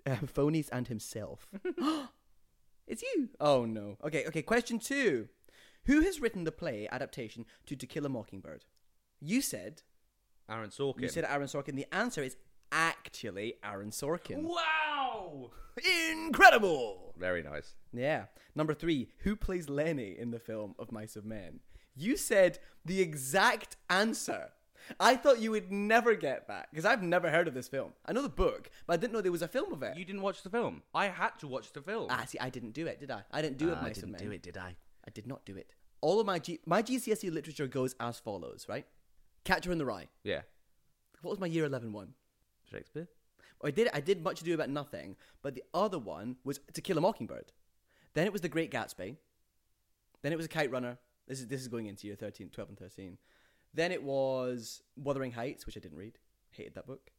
[SPEAKER 1] Uh, phonies and himself. it's you. Oh no. Okay. Okay. Question two: Who has written the play adaptation to To Kill a Mockingbird? You said.
[SPEAKER 2] Aaron Sorkin.
[SPEAKER 1] You said Aaron Sorkin. The answer is actually Aaron Sorkin.
[SPEAKER 2] wow!
[SPEAKER 1] Incredible.
[SPEAKER 2] Very nice.
[SPEAKER 1] Yeah. Number three: Who plays Lenny in the film of Mice of Men? You said the exact answer. I thought you would never get that because I've never heard of this film. I know the book, but I didn't know there was a film of it.
[SPEAKER 2] You didn't watch the film. I had to watch the film.
[SPEAKER 1] Ah, see, I didn't do it, did I? I didn't do it.
[SPEAKER 2] Ah, I
[SPEAKER 1] Mice of
[SPEAKER 2] didn't
[SPEAKER 1] Men.
[SPEAKER 2] do it, did I?
[SPEAKER 1] I did not do it. All of my G- my GCSE literature goes as follows, right? Catcher in the Rye.
[SPEAKER 2] Yeah.
[SPEAKER 1] What was my year 11 one?
[SPEAKER 2] Shakespeare?
[SPEAKER 1] I did I did Much Ado About Nothing, but the other one was To Kill a Mockingbird. Then it was The Great Gatsby. Then it was A Kite Runner. This is this is going into year 13, 12 and 13. Then it was Wuthering Heights, which I didn't read. Hated that book.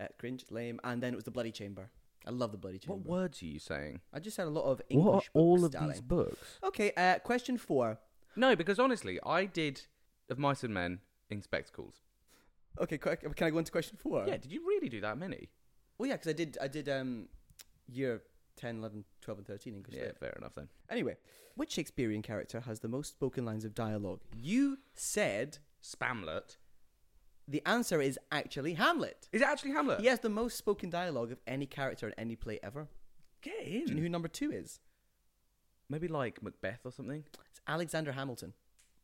[SPEAKER 1] Uh, cringe, lame. And then it was The Bloody Chamber. I love The Bloody Chamber.
[SPEAKER 2] What words are you saying?
[SPEAKER 1] I just had a lot of English books, darling.
[SPEAKER 2] books?
[SPEAKER 1] Okay, uh, question four.
[SPEAKER 2] No, because honestly, I did Of Mice and Men in spectacles.
[SPEAKER 1] Okay, que- can I go into question four?
[SPEAKER 2] Yeah, did you really do that many?
[SPEAKER 1] Well, yeah, because I did I did um year 10, 11, 12, and 13 English.
[SPEAKER 2] Yeah,
[SPEAKER 1] lit.
[SPEAKER 2] fair enough then.
[SPEAKER 1] Anyway, which Shakespearean character has the most spoken lines of dialogue? You said
[SPEAKER 2] Spamlet.
[SPEAKER 1] the answer is actually Hamlet.
[SPEAKER 2] Is it actually Hamlet?
[SPEAKER 1] He has the most spoken dialogue of any character in any play ever.
[SPEAKER 2] Get
[SPEAKER 1] Do you
[SPEAKER 2] in.
[SPEAKER 1] know who number two is?
[SPEAKER 2] Maybe like Macbeth or something.
[SPEAKER 1] It's Alexander Hamilton.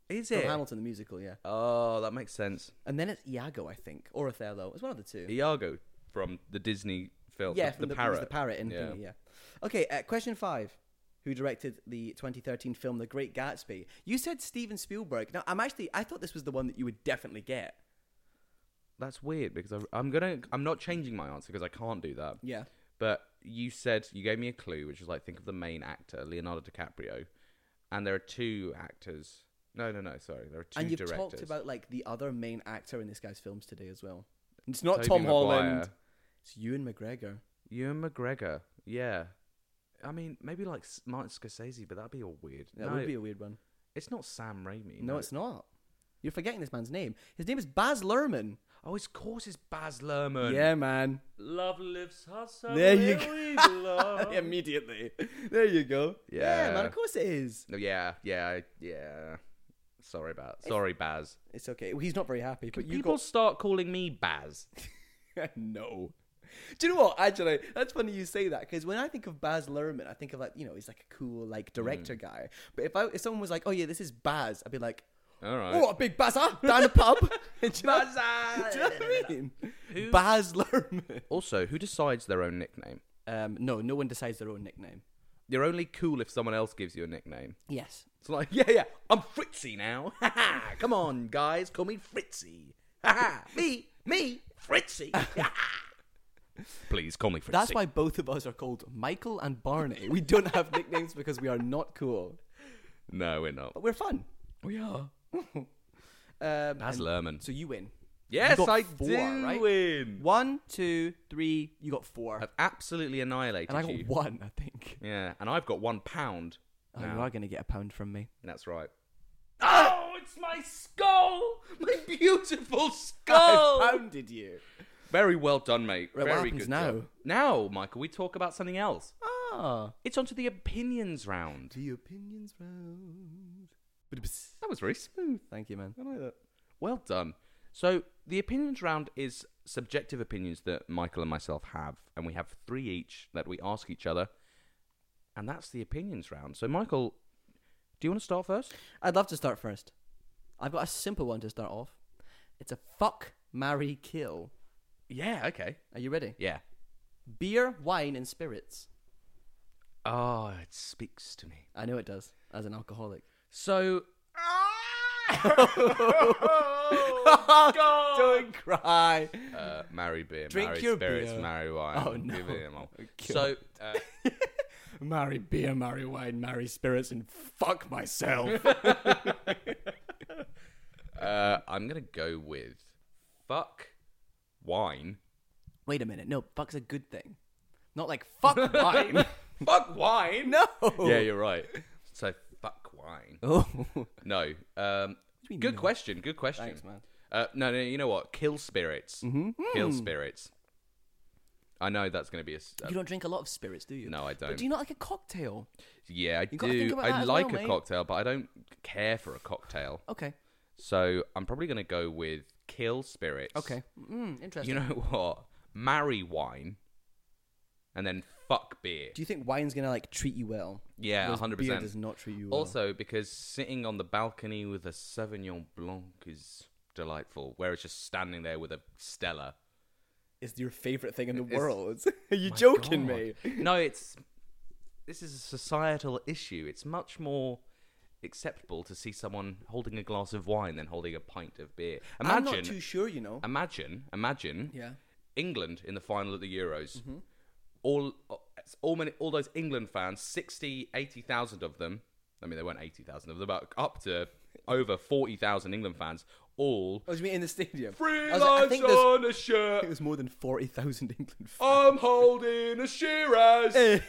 [SPEAKER 2] Is
[SPEAKER 1] From Hamilton the musical, yeah.
[SPEAKER 2] Oh, that makes sense.
[SPEAKER 1] And then it's Iago, I think, or Othello. It's one of the two.
[SPEAKER 2] Iago from the Disney film.
[SPEAKER 1] yeah,
[SPEAKER 2] the,
[SPEAKER 1] from the,
[SPEAKER 2] the
[SPEAKER 1] it was
[SPEAKER 2] parrot.
[SPEAKER 1] the parrot in
[SPEAKER 2] yeah.
[SPEAKER 1] yeah. yeah. Okay, uh, question five. Who directed the 2013 film The Great Gatsby? You said Steven Spielberg. Now, I'm actually, I thought this was the one that you would definitely get.
[SPEAKER 2] That's weird because I, I'm gonna. I'm not changing my answer because I can't do that.
[SPEAKER 1] Yeah.
[SPEAKER 2] But you said you gave me a clue, which is like think of the main actor, Leonardo DiCaprio, and there are two actors. No, no, no. Sorry, there are two
[SPEAKER 1] and you've
[SPEAKER 2] directors.
[SPEAKER 1] talked about like the other main actor in this guy's films today as well. It's not
[SPEAKER 2] Tobey
[SPEAKER 1] Tom
[SPEAKER 2] Maguire.
[SPEAKER 1] Holland. It's Ewan McGregor.
[SPEAKER 2] Ewan McGregor. Yeah. I mean, maybe like S- Martin Scorsese, but that'd be all weird.
[SPEAKER 1] That
[SPEAKER 2] no,
[SPEAKER 1] would be a weird one.
[SPEAKER 2] It's not Sam Raimi.
[SPEAKER 1] No, it's not. You're forgetting this man's name. His name is Baz Luhrmann.
[SPEAKER 2] Oh, it's of course it's Baz Luhrmann.
[SPEAKER 1] Yeah, man.
[SPEAKER 2] Love lives us.
[SPEAKER 1] There you go. Immediately. There you go. yeah,
[SPEAKER 2] Yeah.
[SPEAKER 1] man. Of course it is.
[SPEAKER 2] No, Oh, yeah, yeah, yeah. Sorry about. Sorry, Baz.
[SPEAKER 1] It's okay. Well, he's not very happy, but you
[SPEAKER 2] People
[SPEAKER 1] got
[SPEAKER 2] start calling me Baz.
[SPEAKER 1] no. Do you know what? Actually, that's funny you say that because when I think of Baz Luhrmann, I think of like you know he's like a cool like director
[SPEAKER 2] Mm.
[SPEAKER 1] guy. But if I if someone was like, oh yeah, this is Baz, I'd be like,
[SPEAKER 2] All right.
[SPEAKER 1] oh, what a big Bazza down the pub. Do you know-
[SPEAKER 2] Bazza!
[SPEAKER 1] Do you know what I mean? Baz Luhrmann.
[SPEAKER 2] Also, who decides their own nickname?
[SPEAKER 1] Um, no, no one decides their own nickname.
[SPEAKER 2] You're only cool if someone else gives you a nickname.
[SPEAKER 1] Yes.
[SPEAKER 2] It's like, yeah, yeah, I'm Fritzy now. Ha ha! Come on, guys, call me Fritzy. Ha ha! Me, me, Fritzy. Ha, ha. Please call me Fritzy.
[SPEAKER 1] That's why both of us are called Michael and Barney. We don't have nicknames because we are not cool,
[SPEAKER 2] No, we're not.
[SPEAKER 1] but we're fun.
[SPEAKER 2] We are.
[SPEAKER 1] Um,
[SPEAKER 2] Baz
[SPEAKER 1] and-
[SPEAKER 2] Luhrmann.
[SPEAKER 1] So you win.
[SPEAKER 2] Yes,
[SPEAKER 1] You got
[SPEAKER 2] I
[SPEAKER 1] four,
[SPEAKER 2] do
[SPEAKER 1] right?
[SPEAKER 2] win.
[SPEAKER 1] One, two, three. You got four.
[SPEAKER 2] I've absolutely annihilated
[SPEAKER 1] And I got
[SPEAKER 2] you.
[SPEAKER 1] one, I think.
[SPEAKER 2] Yeah, and I've got one pound.
[SPEAKER 1] Oh,
[SPEAKER 2] now.
[SPEAKER 1] you are going to get a pound from me.
[SPEAKER 2] That's right. Oh, it's my skull, my beautiful skull.
[SPEAKER 1] pounded you.
[SPEAKER 2] Very well done, mate.
[SPEAKER 1] Right, what
[SPEAKER 2] Very
[SPEAKER 1] happens
[SPEAKER 2] good
[SPEAKER 1] now?
[SPEAKER 2] job. Now, Michael, we talk about something else.
[SPEAKER 1] Ah.
[SPEAKER 2] It's onto the opinions round.
[SPEAKER 1] The opinions round.
[SPEAKER 2] That was very smooth.
[SPEAKER 1] Thank you, man.
[SPEAKER 2] I like that. Well done. So the opinions round is subjective opinions that Michael and myself have, and we have three each that we ask each other, and that's the opinions round. So Michael, do you want to start first?
[SPEAKER 1] I'd love to start first. I've got a simple one to start off. It's a fuck marry, kill.
[SPEAKER 2] Yeah, okay.
[SPEAKER 1] Are you ready?
[SPEAKER 2] Yeah.
[SPEAKER 1] Beer, wine, and spirits.
[SPEAKER 2] Oh, it speaks to me.
[SPEAKER 1] I know it does, as an alcoholic.
[SPEAKER 2] So. Ah!
[SPEAKER 1] Don't cry.
[SPEAKER 2] Uh, marry beer,
[SPEAKER 1] Drink
[SPEAKER 2] marry
[SPEAKER 1] your
[SPEAKER 2] spirits,
[SPEAKER 1] beer.
[SPEAKER 2] marry wine.
[SPEAKER 1] Oh, no.
[SPEAKER 2] Give it them all.
[SPEAKER 1] God.
[SPEAKER 2] So, uh,
[SPEAKER 1] marry beer, marry wine, marry spirits, and fuck myself.
[SPEAKER 2] uh, I'm gonna go with fuck wine.
[SPEAKER 1] Wait a minute. No, fuck's a good thing. Not like fuck wine.
[SPEAKER 2] Fuck wine.
[SPEAKER 1] no.
[SPEAKER 2] Yeah, you're right. So fuck wine.
[SPEAKER 1] Oh. what
[SPEAKER 2] No. Um,
[SPEAKER 1] do you mean
[SPEAKER 2] good
[SPEAKER 1] no?
[SPEAKER 2] question. Good question.
[SPEAKER 1] Thanks, man. Mm-hmm. Hmm.
[SPEAKER 2] Uh, no, no. You know what? Kill spirits. Kill spirits. I know that's gonna be a. s-
[SPEAKER 1] You don't drink a lot of spirits, do you?
[SPEAKER 2] No, I
[SPEAKER 1] But
[SPEAKER 2] don't.
[SPEAKER 1] do you not like a cocktail?
[SPEAKER 2] yeah, I
[SPEAKER 1] gotta think
[SPEAKER 2] do.
[SPEAKER 1] about that
[SPEAKER 2] I
[SPEAKER 1] as
[SPEAKER 2] like
[SPEAKER 1] well,
[SPEAKER 2] a
[SPEAKER 1] mate.
[SPEAKER 2] cocktail, but I don't care for a cocktail.
[SPEAKER 1] Okay.
[SPEAKER 2] So I'm probably gonna go with kill spirits.
[SPEAKER 1] Okay. Mm, interesting.
[SPEAKER 2] You know what? Marry wine, and then fuck beer.
[SPEAKER 1] do you think wine's gonna like treat you well?
[SPEAKER 2] Yeah,
[SPEAKER 1] Whereas
[SPEAKER 2] 100%.
[SPEAKER 1] Beer does not treat you well.
[SPEAKER 2] Also, because sitting on the balcony with a Sauvignon Blanc is delightful, whereas just standing there with a Stella.
[SPEAKER 1] it's your favorite thing in the
[SPEAKER 2] It's-
[SPEAKER 1] world. Are you
[SPEAKER 2] My
[SPEAKER 1] joking
[SPEAKER 2] God.
[SPEAKER 1] me?
[SPEAKER 2] No, it's this is a societal issue. It's much more acceptable to see someone holding a glass of wine than holding a pint of beer. Imagine,
[SPEAKER 1] I'm not too sure. You know.
[SPEAKER 2] imagine, imagine.
[SPEAKER 1] Yeah.
[SPEAKER 2] England in the final of the Euros.
[SPEAKER 1] Mm-hmm.
[SPEAKER 2] All uh, all many, all those England fans, 60, 80,000 of them. I mean, there weren't 80,000 of them, but up to over 40,000 England fans all
[SPEAKER 1] Oh, you mean in the stadium?
[SPEAKER 2] free
[SPEAKER 1] I, was like, I
[SPEAKER 2] lives
[SPEAKER 1] think there's,
[SPEAKER 2] on a
[SPEAKER 1] it
[SPEAKER 2] shirt.
[SPEAKER 1] was more than forty thousand England
[SPEAKER 2] I'm holding a Shiraz.
[SPEAKER 1] fans.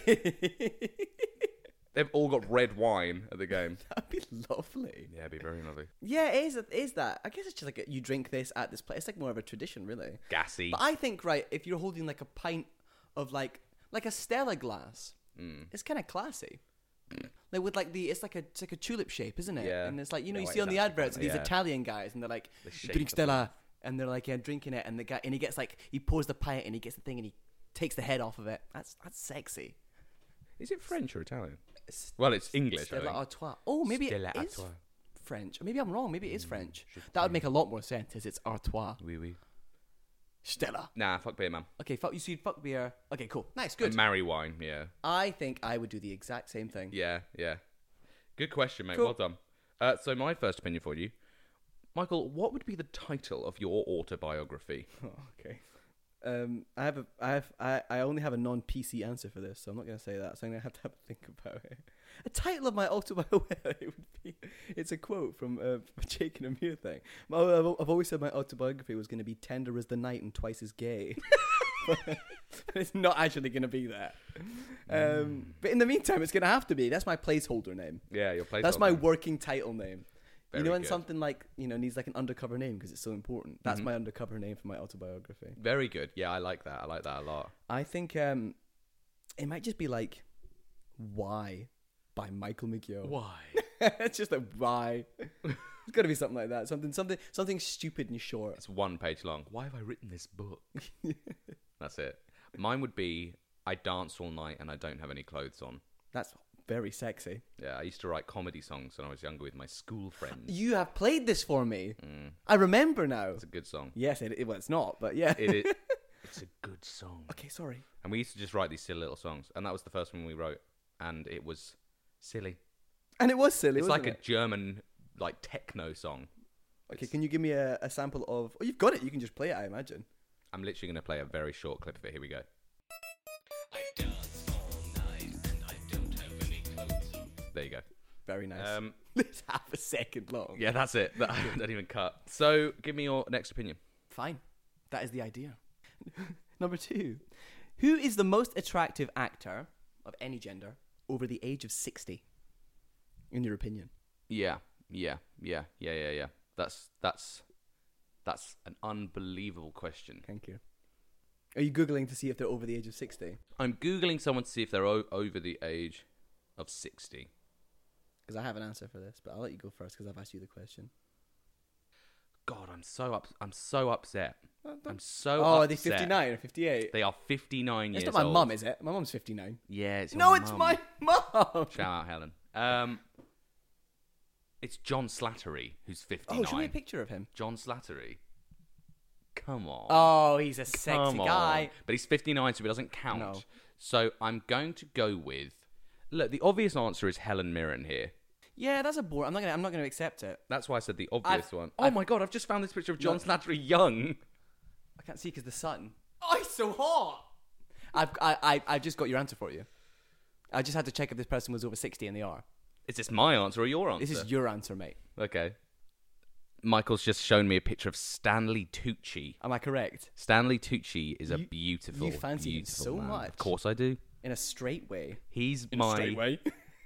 [SPEAKER 2] They've all got red wine at the game.
[SPEAKER 1] That'd be lovely.
[SPEAKER 2] Yeah, it'd be very lovely.
[SPEAKER 1] Yeah, it is. It is that? I guess it's just like a, you drink this at this place. It's like more of a tradition, really.
[SPEAKER 2] Gassy.
[SPEAKER 1] But I think right, if you're holding like a pint of like like a Stella glass,
[SPEAKER 2] Mm.
[SPEAKER 1] it's kind of classy. Like with like the it's like a it's like a tulip shape, isn't it?
[SPEAKER 2] Yeah.
[SPEAKER 1] And it's like you know
[SPEAKER 2] No,
[SPEAKER 1] you
[SPEAKER 2] it
[SPEAKER 1] see
[SPEAKER 2] is
[SPEAKER 1] on the
[SPEAKER 2] actually
[SPEAKER 1] adverts
[SPEAKER 2] kinda-
[SPEAKER 1] these
[SPEAKER 2] yeah.
[SPEAKER 1] Italian guys, and they're like
[SPEAKER 2] shape
[SPEAKER 1] drink
[SPEAKER 2] of
[SPEAKER 1] Stella, and they're like yeah drinking it, and the guy and he gets like he pours the pint and he gets the thing and he takes the head off of it. That's that's sexy.
[SPEAKER 2] Is it French or Italian? Well, it's English. I
[SPEAKER 1] Stella
[SPEAKER 2] think.
[SPEAKER 1] Artois. Oh, maybe
[SPEAKER 2] Stella
[SPEAKER 1] it is
[SPEAKER 2] Artois. Mm,
[SPEAKER 1] French. Or maybe I'm wrong. Maybe it is French. That would make a lot more sense as it's Artois.
[SPEAKER 2] Oui, oui.
[SPEAKER 1] Stella.
[SPEAKER 2] Nah, fuck beer, man.
[SPEAKER 1] Okay, fuck you. So you'd fuck beer. Okay, cool. Nice, good.
[SPEAKER 2] And marry wine. Yeah.
[SPEAKER 1] I think I would do the exact same thing.
[SPEAKER 2] Yeah, yeah. Good question, mate.
[SPEAKER 1] Cool.
[SPEAKER 2] Well done. Uh, so, my first opinion for you, Michael, what would be the title of your autobiography?
[SPEAKER 1] okay. Um, I have a, I have, I, I only have a non PC answer for this, so I'm not gonna say that. So I'm gonna have to have a think about it. A title of my autobiography would be. It's a quote from uh, from a Jake and Amir thing. My- I've I've always said my autobiography was gonna be tender as the night and twice as gay. But it's not actually gonna be that. Um, but in the meantime, it's gonna have to be. That's my placeholder name.
[SPEAKER 2] Yeah, your place.
[SPEAKER 1] That's my working title name. you
[SPEAKER 2] Very
[SPEAKER 1] know, when
[SPEAKER 2] good. Mm-hmm.
[SPEAKER 1] something like you know needs like an undercover name because it's so important. That's my undercover name for my autobiography.
[SPEAKER 2] Very good. Yeah, I like that. I like that a lot.
[SPEAKER 1] I think um, it might just be like "Why" by Michael McGill.
[SPEAKER 2] Why?
[SPEAKER 1] it's just like why. it's got to be something like that. Something, something, something stupid and short.
[SPEAKER 2] It's one page long. Why have I written this book? That's it. Mine would be I dance all night and I don't have any clothes on.
[SPEAKER 1] That's very sexy.
[SPEAKER 2] Yeah, I used to write comedy songs when I was younger with my school friends.
[SPEAKER 1] You have played this for me.
[SPEAKER 2] Mm.
[SPEAKER 1] I remember now.
[SPEAKER 2] It's a good song.
[SPEAKER 1] Yes, it, it well, it's not, but yeah.
[SPEAKER 2] It is. it's a good song.
[SPEAKER 1] okay, sorry.
[SPEAKER 2] And we used to just write these silly little songs, and that was the first one we wrote, and it was silly.
[SPEAKER 1] And it was silly.
[SPEAKER 2] It's
[SPEAKER 1] wasn't
[SPEAKER 2] like
[SPEAKER 1] it?
[SPEAKER 2] a German like techno song.
[SPEAKER 1] Okay, can you give me a, a sample of? Oh, you've got it. You can just play it. I imagine.
[SPEAKER 2] I'm literally going to play a very short clip of it. Here we go. There you go.
[SPEAKER 1] Very nice.
[SPEAKER 2] Um,
[SPEAKER 1] it's half a second long.
[SPEAKER 2] yeah, that's it. That, I don't even cut. So, give me your next opinion.
[SPEAKER 1] Fine. That is the idea. Number two. Who is the most attractive actor of any gender over the age of 60? In your opinion?
[SPEAKER 2] Yeah, yeah, yeah, yeah, yeah, yeah. That's that's that's an unbelievable question.
[SPEAKER 1] Thank you. Are you Googling to see if they're over the age of 60?
[SPEAKER 2] I'm googling someone to see if they're o- over the age of sixty.
[SPEAKER 1] Because I have an answer for this, but I'll let you go first because I've asked you the question.
[SPEAKER 2] God, I'm so up. I'm so upset. I'm so.
[SPEAKER 1] Oh, are they
[SPEAKER 2] upset.
[SPEAKER 1] 59 or 58?
[SPEAKER 2] They are 59
[SPEAKER 1] It's not
[SPEAKER 2] years
[SPEAKER 1] my
[SPEAKER 2] old.
[SPEAKER 1] mum, is it? My mum's 59.
[SPEAKER 2] Yeah, it's your
[SPEAKER 1] No, it's
[SPEAKER 2] mum.
[SPEAKER 1] my mum!
[SPEAKER 2] Shout out, Helen. Um, it's John Slattery who's 59.
[SPEAKER 1] Oh, show me a picture of him.
[SPEAKER 2] John Slattery. Come on.
[SPEAKER 1] Oh, he's a sexy
[SPEAKER 2] Come on.
[SPEAKER 1] guy.
[SPEAKER 2] But he's 59, so he doesn't count.
[SPEAKER 1] No.
[SPEAKER 2] So I'm going to go with. Look, the obvious answer is Helen Mirren here.
[SPEAKER 1] Yeah, that's a bore. I'm not gonna. I'm not gonna accept it.
[SPEAKER 2] That's why I said the obvious
[SPEAKER 1] I've-
[SPEAKER 2] one. Oh my god, I've just found this picture of John
[SPEAKER 1] No.
[SPEAKER 2] Slattery young.
[SPEAKER 1] I can't see because the sun. Oh, it's so hot. I've I, I I've just got your answer for you. I just had to check if this person was over sixty, and they are.
[SPEAKER 2] Is this my answer or your answer?
[SPEAKER 1] This is your answer, mate.
[SPEAKER 2] Okay. Michael's just shown me a picture of Stanley Tucci.
[SPEAKER 1] Am I correct?
[SPEAKER 2] Stanley Tucci is a
[SPEAKER 1] You-
[SPEAKER 2] beautiful,
[SPEAKER 1] you fancy him
[SPEAKER 2] beautiful
[SPEAKER 1] so
[SPEAKER 2] man.
[SPEAKER 1] much.
[SPEAKER 2] Of course I do.
[SPEAKER 1] In a straight way.
[SPEAKER 2] He's my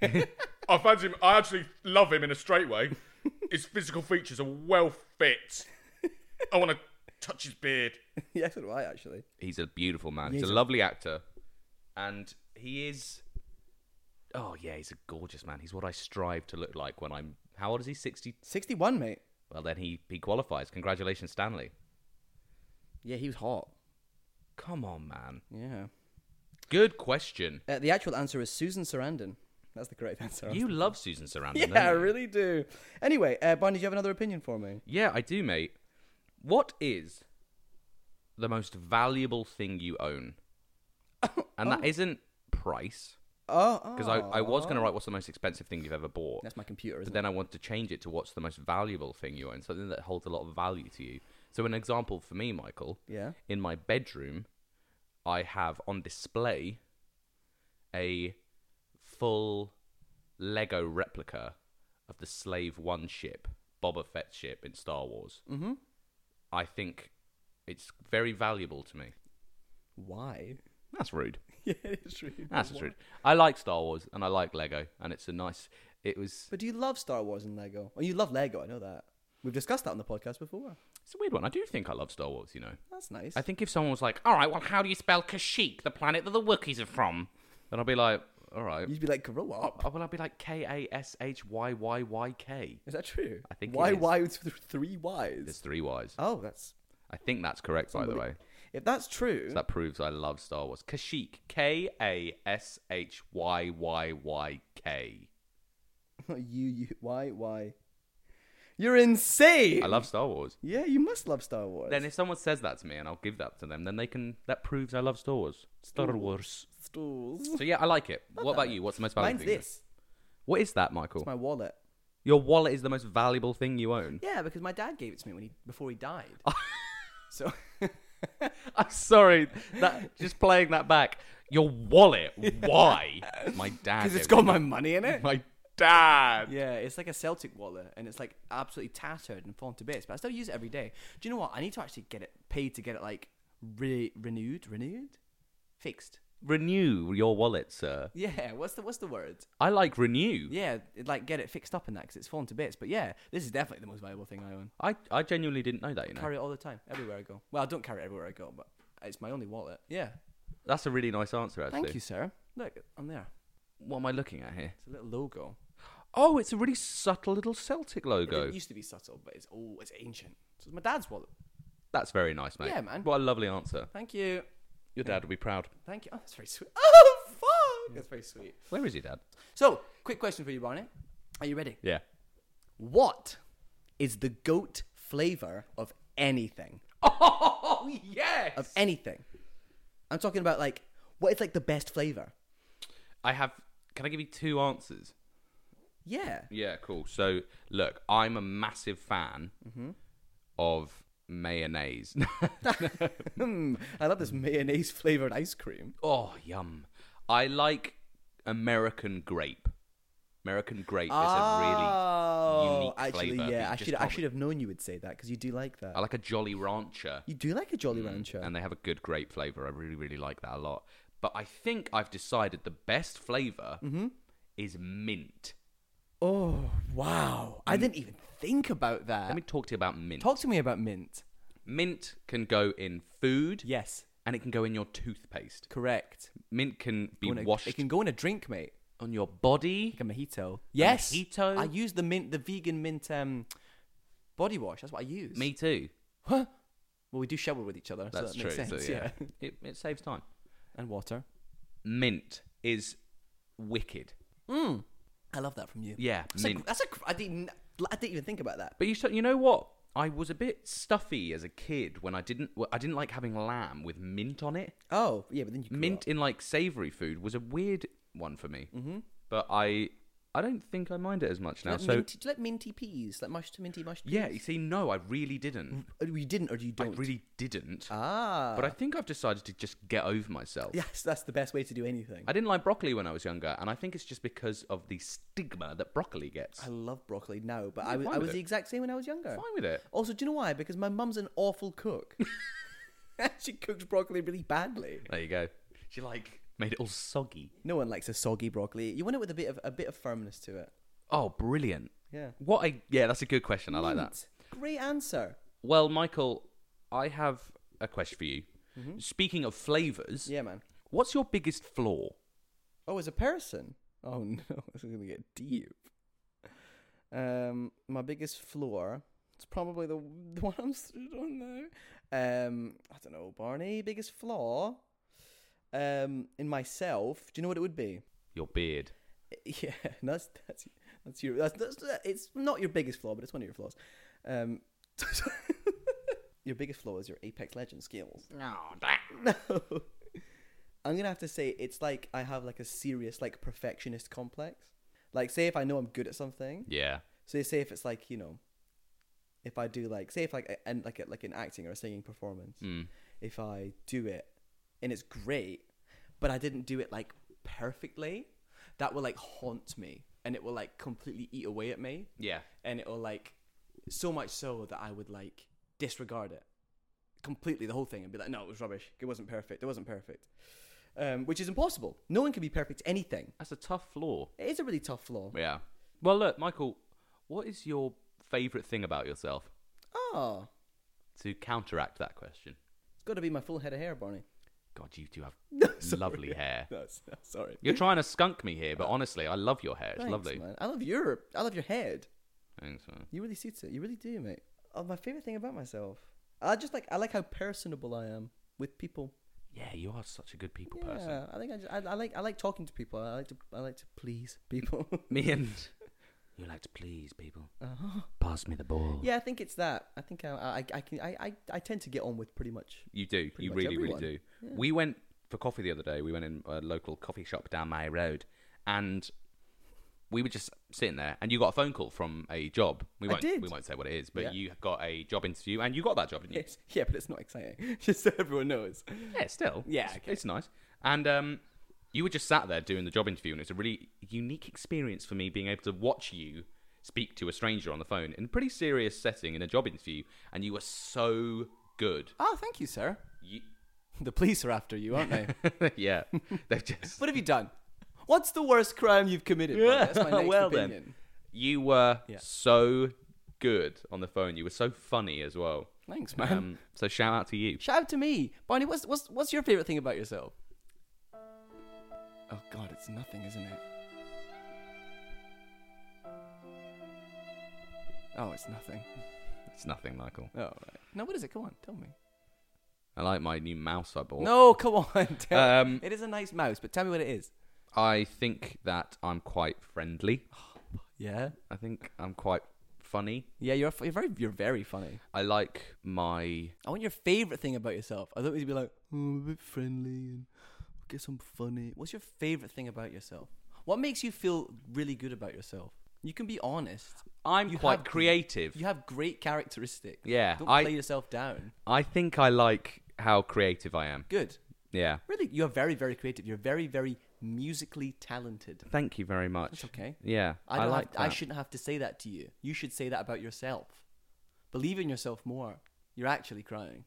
[SPEAKER 4] I fancy him. I actually love him in a straight way. His physical features are well fit. I want to touch his beard.
[SPEAKER 1] yes, so do I actually.
[SPEAKER 2] he's a beautiful man. he's,
[SPEAKER 1] he's
[SPEAKER 2] a
[SPEAKER 1] a-
[SPEAKER 2] lovely actor, and he is. Oh yeah, he's a gorgeous man. He's what I strive to look like when I'm. How old is he? Sixty.
[SPEAKER 1] Sixty-one, mate.
[SPEAKER 2] Well, then he he qualifies. Congratulations, Stanley.
[SPEAKER 1] Yeah, he was hot.
[SPEAKER 2] Come on, man.
[SPEAKER 1] Yeah.
[SPEAKER 2] Good question.
[SPEAKER 1] Uh, the actual answer is Susan Sarandon. That's the correct answer.
[SPEAKER 2] You love Susan Sarandon.
[SPEAKER 1] yeah,
[SPEAKER 2] don't
[SPEAKER 1] I
[SPEAKER 2] you?
[SPEAKER 1] really do. Anyway, uh, Barney, do you have another opinion for me?
[SPEAKER 2] Yeah, I do, mate. What is the most valuable thing you own? And that isn't price,
[SPEAKER 1] Oh,
[SPEAKER 2] because I, I was going to write what's the most expensive thing you've ever bought.
[SPEAKER 1] That's my computer,
[SPEAKER 2] but
[SPEAKER 1] isn't it?
[SPEAKER 2] then I want to change it to what's the most valuable thing you own, something that holds a lot of value to you. So, an example for me, Michael,
[SPEAKER 1] Yeah.
[SPEAKER 2] in my bedroom, I have on display a full Lego replica of the Slave One ship, Boba Fett ship in Star Wars. Mm-hmm. I think it's very valuable to me.
[SPEAKER 1] Why?
[SPEAKER 2] That's rude.
[SPEAKER 1] yeah, it's true.
[SPEAKER 2] That's just rude. I like Star Wars and I like Lego, and it's a nice. It was.
[SPEAKER 1] But do you love Star Wars and Lego? Oh, you love Lego. I know that. We've discussed that on the podcast before.
[SPEAKER 2] It's a weird one. I do think I love Star Wars. You know.
[SPEAKER 1] That's nice.
[SPEAKER 2] I think if someone was like, "All right, well, how do you spell Kashyyyk, the planet that the Wookiees are from?" then I'll be like, "All right."
[SPEAKER 1] You'd be like, grow up.
[SPEAKER 2] Oh, well, I'll be like K A S H Y Y Y K.
[SPEAKER 1] Is that true?
[SPEAKER 2] I think it
[SPEAKER 1] Why?
[SPEAKER 2] is.
[SPEAKER 1] Why with th- three
[SPEAKER 2] There's
[SPEAKER 1] Ys?
[SPEAKER 2] three Y's.
[SPEAKER 1] Oh, that's
[SPEAKER 2] I think that's correct, by the way.
[SPEAKER 1] if that's true.
[SPEAKER 2] So that proves I love Star Wars. Kashyyyk, K A S H Y Y Y K.
[SPEAKER 1] you, you, why, why? You're insane.
[SPEAKER 2] I love Star Wars.
[SPEAKER 1] yeah, you must love Star Wars.
[SPEAKER 2] Then if someone says that to me and I'll give that to them, then they can. That proves I love Star Wars. Star Wars.
[SPEAKER 1] stools.
[SPEAKER 2] So yeah, I like it. What about you? What's the most valuable
[SPEAKER 1] Mine's
[SPEAKER 2] thing?
[SPEAKER 1] this.
[SPEAKER 2] What is that, Michael?
[SPEAKER 1] It's my wallet.
[SPEAKER 2] Your wallet is the most valuable thing you own.
[SPEAKER 1] Yeah, because my dad gave it to me when he before he died. so
[SPEAKER 2] I'm sorry. That just playing that back. Your wallet. Why? My dad.
[SPEAKER 1] because it's got
[SPEAKER 2] gave me-
[SPEAKER 1] my money in it.
[SPEAKER 2] My dad.
[SPEAKER 1] Yeah, it's like a Celtic wallet, and it's like absolutely tattered and fallen to bits. But I still use it every day. Do you know what? I need to actually get it paid to get it like re- renewed, renewed, fixed.
[SPEAKER 2] Renew your wallet, sir.
[SPEAKER 1] Yeah, what's the what's the word?
[SPEAKER 2] I like renew.
[SPEAKER 1] Yeah, it, like get it fixed up in that because it's fallen to bits. But yeah, this is definitely the most valuable thing I own.
[SPEAKER 2] I, I genuinely didn't know that. You know,
[SPEAKER 1] Carry it all the time, everywhere I go. Well, I don't carry it everywhere I go, but it's my only wallet. Yeah.
[SPEAKER 2] that's a really nice answer. Actually,
[SPEAKER 1] Thank you, sir. Look, I'm there.
[SPEAKER 2] What am I looking at here?
[SPEAKER 1] It's a little logo.
[SPEAKER 2] Oh, it's a really subtle little Celtic logo.
[SPEAKER 1] It used to be subtle, but it's oh, it's ancient. So it's my dad's wallet.
[SPEAKER 2] That's very nice, mate.
[SPEAKER 1] Yeah, man.
[SPEAKER 2] What a lovely answer.
[SPEAKER 1] Thank you.
[SPEAKER 2] Your dad would be proud.
[SPEAKER 1] Thank you. Oh, that's very sweet. Oh, fuck. That's very sweet.
[SPEAKER 2] Where is your dad?
[SPEAKER 1] So, quick question for you, Barney. Are you ready?
[SPEAKER 2] Yeah.
[SPEAKER 1] What is the goat flavor of anything?
[SPEAKER 2] Oh yes.
[SPEAKER 1] Of anything. I'm talking about like what is like the best flavor?
[SPEAKER 2] I have. Can I give you two answers?
[SPEAKER 1] Yeah.
[SPEAKER 2] Yeah, cool. So, look, I'm a massive fan
[SPEAKER 1] Mm-hmm.
[SPEAKER 2] of mayonnaise.
[SPEAKER 1] Hmm. I love this mayonnaise flavored ice cream.
[SPEAKER 2] oh, yum. I like American grape. American grape
[SPEAKER 1] Ah.
[SPEAKER 2] is a really unique
[SPEAKER 1] Oh, actually,
[SPEAKER 2] flavor.
[SPEAKER 1] yeah. I should I should have known you would say that because you do like that.
[SPEAKER 2] I like a Jolly Rancher,
[SPEAKER 1] you do like a Jolly Rancher.
[SPEAKER 2] and they have a good grape flavor. I really, really like that a lot. But I think I've decided the best flavor
[SPEAKER 1] Mm-hmm.
[SPEAKER 2] is mint.
[SPEAKER 1] oh wow! I didn't even think about that.
[SPEAKER 2] Mm. Let me talk to you about mint.
[SPEAKER 1] Uh, Talk to me about mint.
[SPEAKER 2] mint can go in food,
[SPEAKER 1] Yes,
[SPEAKER 2] and it can go in your toothpaste.
[SPEAKER 1] correct.
[SPEAKER 2] Mint can be
[SPEAKER 1] Go in a-
[SPEAKER 2] washed
[SPEAKER 1] It can go in a drink, mate.
[SPEAKER 2] on your body.
[SPEAKER 1] Like a mojito. Yes.
[SPEAKER 2] mojito?
[SPEAKER 1] I use the mint, the vegan mint um, body wash. That's what I use.
[SPEAKER 2] Me too.
[SPEAKER 1] Huh? Well, we do shower with each other.
[SPEAKER 2] That's
[SPEAKER 1] so that
[SPEAKER 2] true.
[SPEAKER 1] Makes
[SPEAKER 2] so,
[SPEAKER 1] sense.
[SPEAKER 2] yeah,
[SPEAKER 1] yeah.
[SPEAKER 2] It, it saves time.
[SPEAKER 1] And water.
[SPEAKER 2] Mint is wicked.
[SPEAKER 1] I love that from you.
[SPEAKER 2] Yeah,
[SPEAKER 1] That's, A,
[SPEAKER 2] mint.
[SPEAKER 1] uh that's a. I didn't. I didn't even think about that.
[SPEAKER 2] But you, s- you know what? I was a bit stuffy as a kid when I didn't well, I didn't like having lamb with mint on it.
[SPEAKER 1] Oh, yeah, but then you grew
[SPEAKER 2] Mint
[SPEAKER 1] up.
[SPEAKER 2] in like savory food was a weird one for me. Mm-hmm. But I I don't think I mind it as much now.
[SPEAKER 1] Like
[SPEAKER 2] so
[SPEAKER 1] minty, do you like minty peas? Like mush to minty mush peas?
[SPEAKER 2] yeah, you see, no, I really didn't.
[SPEAKER 1] Oh, You didn't or you
[SPEAKER 2] I
[SPEAKER 1] don't?
[SPEAKER 2] really didn't.
[SPEAKER 1] ah.
[SPEAKER 2] but I think I've decided to just get over myself.
[SPEAKER 1] Yes, that's the best way to do anything.
[SPEAKER 2] I didn't like broccoli when I was younger, and I think it's just because of the stigma that broccoli gets.
[SPEAKER 1] I love broccoli now, but I
[SPEAKER 2] I'm
[SPEAKER 1] was,
[SPEAKER 2] fine
[SPEAKER 1] I
[SPEAKER 2] with
[SPEAKER 1] was the
[SPEAKER 2] it.
[SPEAKER 1] exact same when I was younger.
[SPEAKER 2] fine with it.
[SPEAKER 1] Also, do you know why? Because my mum's an awful cook. she cooks broccoli really badly.
[SPEAKER 2] There you go. She like made it all soggy.
[SPEAKER 1] No one likes a soggy broccoli. You want it with a bit of a bit of firmness to it.
[SPEAKER 2] Oh, brilliant.
[SPEAKER 1] Yeah.
[SPEAKER 2] What a yeah, that's a good question. I like that.
[SPEAKER 1] Mint. Great answer.
[SPEAKER 2] Well, Michael, I have a question for you. Speaking of flavors,
[SPEAKER 1] Mm-hmm. Yeah, man.
[SPEAKER 2] what's your biggest flaw?
[SPEAKER 1] Oh, as a person. Oh no, this is gonna get deep. Um, my biggest flaw. It's probably the the one I'm stood on now. Um, I don't know, Barney. Biggest flaw. Um, in myself. Do you know what it would be?
[SPEAKER 2] Your beard.
[SPEAKER 1] Yeah, that's that's that's your that's, that's it's not your biggest flaw, but it's one of your flaws. Um, your biggest flaw is your Apex Legend skills. No, no. I'm gonna have to say it's like I have like a serious like perfectionist complex. Like, say if I know I'm good at something,
[SPEAKER 2] Yeah.
[SPEAKER 1] so say if it's like you know, if I do like say if like and like a- like an acting or a singing performance,
[SPEAKER 2] Hmm.
[SPEAKER 1] if I do it and it's great, but I didn't do it like perfectly, that will like haunt me and it will like completely eat away at me
[SPEAKER 2] Yeah.
[SPEAKER 1] and it will like so much so that I would like disregard it completely the whole thing and be like, no, it was rubbish. It wasn't perfect. It wasn't perfect. Um, which is impossible. No one can be perfect at anything.
[SPEAKER 2] That's a tough flaw.
[SPEAKER 1] It is a really tough flaw.
[SPEAKER 2] Yeah. Well, look, Michael, what is your favorite thing about yourself
[SPEAKER 1] Oh,
[SPEAKER 2] to counteract that question?
[SPEAKER 1] it's got to be my full head of hair, Barney.
[SPEAKER 2] God, you do have lovely hair.
[SPEAKER 1] That's, that's sorry.
[SPEAKER 2] You're trying to skunk me here, but honestly, I love your hair. It's
[SPEAKER 1] Uh, Thanks,
[SPEAKER 2] lovely.
[SPEAKER 1] man. I love your I love your head.
[SPEAKER 2] Thanks, man.
[SPEAKER 1] You really suits it. You really do, mate. Oh, my favorite thing about myself, I just like I like how personable I am with people.
[SPEAKER 2] Yeah, you are such a good people
[SPEAKER 1] Yeah,
[SPEAKER 2] person.
[SPEAKER 1] I think I, just, I, I like I like talking to people. I like to I like to please people.
[SPEAKER 2] Me and you like to please people. Pass me the ball.
[SPEAKER 1] Uh-huh. yeah, I think it's that. I think I I, I can I, I I tend to get on with pretty much.
[SPEAKER 2] You do.
[SPEAKER 1] Pretty
[SPEAKER 2] you
[SPEAKER 1] much
[SPEAKER 2] really,
[SPEAKER 1] everyone.
[SPEAKER 2] really do. We went for coffee the other day. We went in a local coffee shop down my road, and we were just sitting there. And you got a phone call from a job. We
[SPEAKER 1] I
[SPEAKER 2] won't.
[SPEAKER 1] did.
[SPEAKER 2] We won't say what it is, but
[SPEAKER 1] Yeah.
[SPEAKER 2] you got a job interview, and you got that job, didn't you?
[SPEAKER 1] Yes, yeah, but it's not exciting. Just so everyone knows.
[SPEAKER 2] Yeah, still.
[SPEAKER 1] Yeah,
[SPEAKER 2] It's,
[SPEAKER 1] okay.
[SPEAKER 2] it's nice. And um, you were just sat there doing the job interview, and it's a really unique experience for me being able to watch you speak to a stranger on the phone in a pretty serious setting in a job interview, and you were so good.
[SPEAKER 1] Oh, thank you, sir.
[SPEAKER 2] You...
[SPEAKER 1] The police are after you, aren't they?
[SPEAKER 2] yeah, they've just.
[SPEAKER 1] what have you done? What's the worst crime you've committed? Barney? That's my next
[SPEAKER 2] well
[SPEAKER 1] opinion.
[SPEAKER 2] then, you were
[SPEAKER 1] Yeah.
[SPEAKER 2] so good on the phone. You were so funny as well.
[SPEAKER 1] Thanks, man.
[SPEAKER 2] Um, so shout out to you.
[SPEAKER 1] Shout out to me, Barney. What's what's what's your favorite thing about yourself? Oh God, it's nothing, isn't it? Oh, it's nothing.
[SPEAKER 2] It's nothing, Michael.
[SPEAKER 1] Oh, right. no, what is it? Come on, tell me.
[SPEAKER 2] I like my new mouse I bought.
[SPEAKER 1] No, come on. Tell
[SPEAKER 2] Um,
[SPEAKER 1] it is a nice mouse, but tell me what it is.
[SPEAKER 2] I think that I'm quite friendly.
[SPEAKER 1] Yeah,
[SPEAKER 2] I think I'm quite funny.
[SPEAKER 1] yeah. You're f- you're very you're very funny.
[SPEAKER 2] I like my
[SPEAKER 1] I want your favorite thing about yourself. I thought you'd be like, oh, I'm a bit friendly and I guess I'm funny. What's your favorite thing about yourself? What makes you feel really good about yourself? You can be honest.
[SPEAKER 2] I'm
[SPEAKER 1] You
[SPEAKER 2] quite
[SPEAKER 1] have-
[SPEAKER 2] creative.
[SPEAKER 1] You have great characteristics.
[SPEAKER 2] Yeah,
[SPEAKER 1] Don't
[SPEAKER 2] I-
[SPEAKER 1] play yourself down.
[SPEAKER 2] I think I like how creative I am.
[SPEAKER 1] Good.
[SPEAKER 2] Yeah.
[SPEAKER 1] Really, you're very, very creative. You're very, very musically talented.
[SPEAKER 2] Thank you very much.
[SPEAKER 1] That's okay.
[SPEAKER 2] Yeah.
[SPEAKER 1] I,
[SPEAKER 2] I,
[SPEAKER 1] don't
[SPEAKER 2] like
[SPEAKER 1] have, I
[SPEAKER 2] that.
[SPEAKER 1] shouldn't have to say that to you. You should say that about yourself. Believe in yourself more. You're actually crying.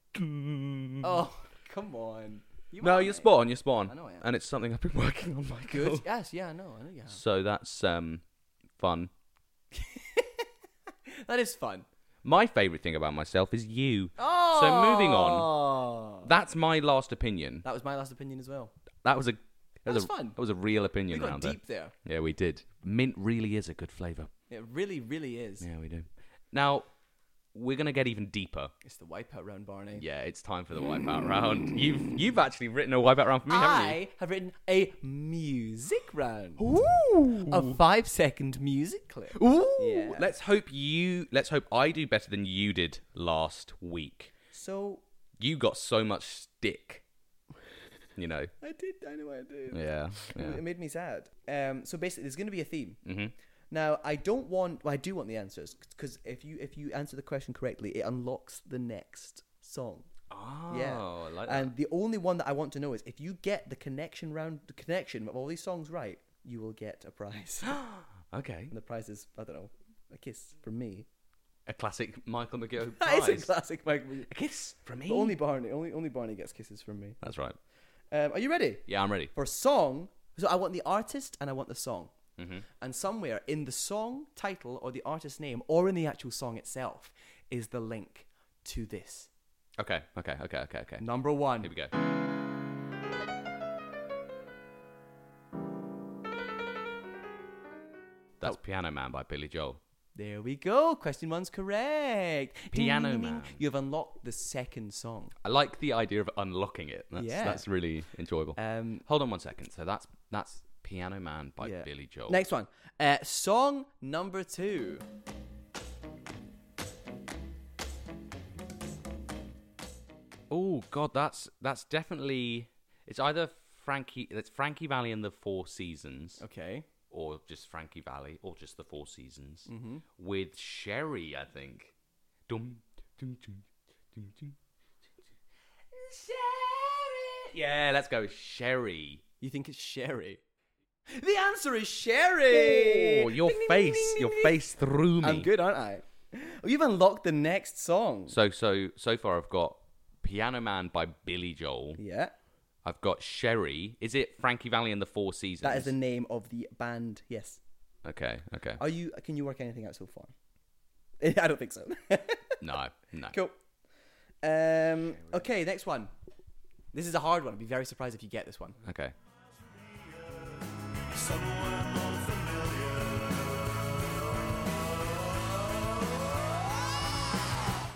[SPEAKER 1] oh, come on. You
[SPEAKER 2] No,
[SPEAKER 1] are,
[SPEAKER 2] you're
[SPEAKER 1] mate.
[SPEAKER 2] spot on, you're spot on.
[SPEAKER 1] I know I am.
[SPEAKER 2] And it's something I've been working on, my
[SPEAKER 1] Good.
[SPEAKER 2] Good.
[SPEAKER 1] Yes, yeah, I know. I know you have.
[SPEAKER 2] So that's um fun.
[SPEAKER 1] That is fun.
[SPEAKER 2] My favourite thing about myself is you. Oh. So moving on.
[SPEAKER 1] Oh.
[SPEAKER 2] That's my last opinion.
[SPEAKER 1] That was my last opinion as well.
[SPEAKER 2] That was a that
[SPEAKER 1] That's
[SPEAKER 2] was a,
[SPEAKER 1] fun.
[SPEAKER 2] That was a real
[SPEAKER 1] We
[SPEAKER 2] opinion
[SPEAKER 1] got
[SPEAKER 2] round
[SPEAKER 1] deep there.
[SPEAKER 2] there. Yeah, we did. Mint really is a good flavour.
[SPEAKER 1] It really, really is.
[SPEAKER 2] Yeah, we do. Now, we're gonna get even deeper.
[SPEAKER 1] It's the wipeout round, Barney.
[SPEAKER 2] Yeah, it's time for the wipeout round. You've you've actually written a wipeout round for me, haven't you?
[SPEAKER 1] I have written a music round. A five second music clip.
[SPEAKER 2] Ooh,
[SPEAKER 1] Yeah.
[SPEAKER 2] let's hope you let's hope I do better than you did last week.
[SPEAKER 1] So
[SPEAKER 2] You got so much stick. You know.
[SPEAKER 1] I did. I know I did.
[SPEAKER 2] Yeah.
[SPEAKER 1] It made me sad. Um, so basically, there's going to be a theme.
[SPEAKER 2] Mm-hmm.
[SPEAKER 1] Now, I don't want. Well, I do want the answers because if you if you answer the question correctly, it unlocks the next song.
[SPEAKER 2] Oh,
[SPEAKER 1] yeah,
[SPEAKER 2] I like that.
[SPEAKER 1] and the only one that I want to know is if you get the connection round, the connection of all these songs right, you will get a prize.
[SPEAKER 2] okay.
[SPEAKER 1] and the prize is I don't know, a kiss from me.
[SPEAKER 2] A classic Michael McGill
[SPEAKER 1] That
[SPEAKER 2] prize.
[SPEAKER 1] is a classic Mike.
[SPEAKER 2] a kiss from me.
[SPEAKER 1] But only Barney, only only Barney gets kisses from me.
[SPEAKER 2] That's right.
[SPEAKER 1] Um, are you ready
[SPEAKER 2] Yeah, I'm ready.
[SPEAKER 1] for song? So I want the artist and I want the song.
[SPEAKER 2] Mm-hmm.
[SPEAKER 1] And somewhere in the song title or the artist name or in the actual song itself is the link to this.
[SPEAKER 2] Okay, okay, okay, okay, okay.
[SPEAKER 1] Number one.
[SPEAKER 2] Here we go. That's
[SPEAKER 1] Oh.
[SPEAKER 2] Piano Man by Billy Joel.
[SPEAKER 1] There we go. Question one's correct.
[SPEAKER 2] Piano
[SPEAKER 1] Ding, ding, ding.
[SPEAKER 2] Man.
[SPEAKER 1] You have unlocked the second song.
[SPEAKER 2] I like the idea of unlocking it. That's,
[SPEAKER 1] Yeah.
[SPEAKER 2] that's really enjoyable.
[SPEAKER 1] Um,
[SPEAKER 2] Hold on one second. So that's that's Piano Man by
[SPEAKER 1] yeah.
[SPEAKER 2] Billy Joel.
[SPEAKER 1] Next one. Uh, song number two.
[SPEAKER 2] Oh God, that's that's definitely it's either Frankie it's Frankie Valley and the Four Seasons,
[SPEAKER 1] Okay.
[SPEAKER 2] or just Frankie Valley, or just the Four Seasons
[SPEAKER 1] Mm-hmm.
[SPEAKER 2] with Sherry. I think. Dum, dum, dum, dum, dum. Sherry. Yeah, let's go, Sherry.
[SPEAKER 1] You think it's Sherry? The answer is Sherry.
[SPEAKER 2] Oh, your
[SPEAKER 1] Ding, ding, ding,
[SPEAKER 2] face,
[SPEAKER 1] ding, ding,
[SPEAKER 2] your
[SPEAKER 1] ding.
[SPEAKER 2] face threw me.
[SPEAKER 1] I'm good, aren't I? Oh, You've unlocked the next song.
[SPEAKER 2] So so so far, I've got Piano Man by Billy Joel.
[SPEAKER 1] yeah,
[SPEAKER 2] I've got Sherry. Is it Frankie Valley and the Four Seasons?
[SPEAKER 1] that is the name of the band. Yes.
[SPEAKER 2] okay. Okay.
[SPEAKER 1] Are you? Can you work anything out so far? I don't think so.
[SPEAKER 2] No, no.
[SPEAKER 1] cool. Um. Okay, next one. This is a hard one. I'd be very surprised if you get this one.
[SPEAKER 2] Okay.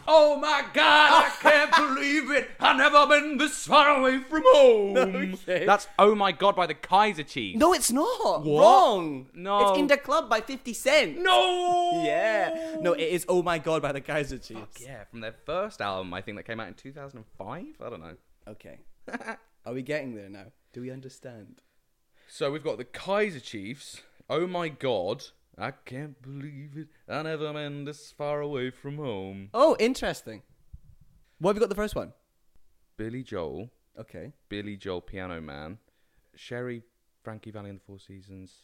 [SPEAKER 2] Oh my god, I can't believe it! I've never been this far away from home!
[SPEAKER 1] Okay.
[SPEAKER 2] That's Oh My God by the Kaiser Chiefs.
[SPEAKER 1] No, it's not.
[SPEAKER 2] What?
[SPEAKER 1] Wrong.
[SPEAKER 2] No.
[SPEAKER 1] It's in the club by Fifty Cent.
[SPEAKER 2] No!
[SPEAKER 1] Yeah. No, it is. Oh my God, by the Kaiser Chiefs.
[SPEAKER 2] Yeah, from their first album, I think that came out in 2005? I don't know.
[SPEAKER 1] Okay. Are we getting there now? Do we understand?
[SPEAKER 2] So we've got the Kaiser Chiefs. Oh my god. I can't believe it. I never been this far away from home.
[SPEAKER 1] Oh, interesting. What have you got the first one?
[SPEAKER 2] Billy Joel.
[SPEAKER 1] Okay.
[SPEAKER 2] Billy Joel Piano Man. Sherry Frankie Valley and the Four Seasons.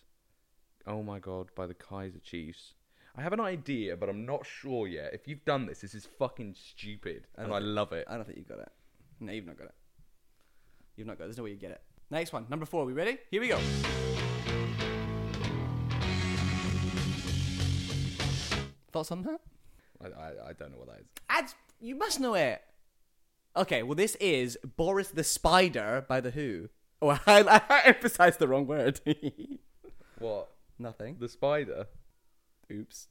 [SPEAKER 2] Oh my god by the Kaiser Chiefs. I have an idea, but I'm not sure yet. If you've done this, this is fucking stupid. And I love it.
[SPEAKER 1] I don't think you've got it. No, you've not got it. You've not got it. There's no way you get it. Next one, number four. We ready? Here we go. Thoughts on that?
[SPEAKER 2] I, I, I don't know what that is.
[SPEAKER 1] Ads, you must know it. Okay, well, this is Boris the Spider by The Who. Oh, I, I emphasized the wrong word.
[SPEAKER 2] What?
[SPEAKER 1] Nothing.
[SPEAKER 2] The spider?
[SPEAKER 1] Oops.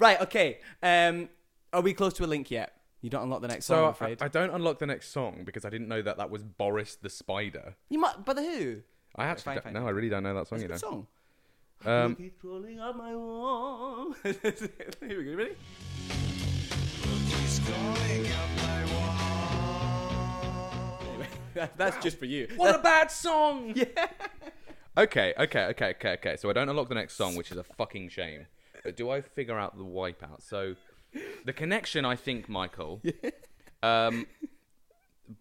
[SPEAKER 1] right, okay. Um, are we close to a link yet? You don't unlock the next song, I'm
[SPEAKER 2] So I,
[SPEAKER 1] afraid.
[SPEAKER 2] I don't unlock the next song because I didn't know that that was Boris the Spider.
[SPEAKER 1] you might, by the Who.
[SPEAKER 2] I actually
[SPEAKER 1] fine,
[SPEAKER 2] don't,
[SPEAKER 1] fine,
[SPEAKER 2] no,
[SPEAKER 1] fine.
[SPEAKER 2] I really don't know that song.
[SPEAKER 1] It's a
[SPEAKER 2] You know,
[SPEAKER 1] good song.
[SPEAKER 2] um,
[SPEAKER 1] Keep rolling up my wall. Here we go. You ready? Anyway, that- That's just for you.
[SPEAKER 2] what a bad song! yeah. Okay, okay, okay, okay, okay. So I don't unlock the next song, which is a fucking shame. But do I figure out the wipeout? So the connection, I think, Michael. Um,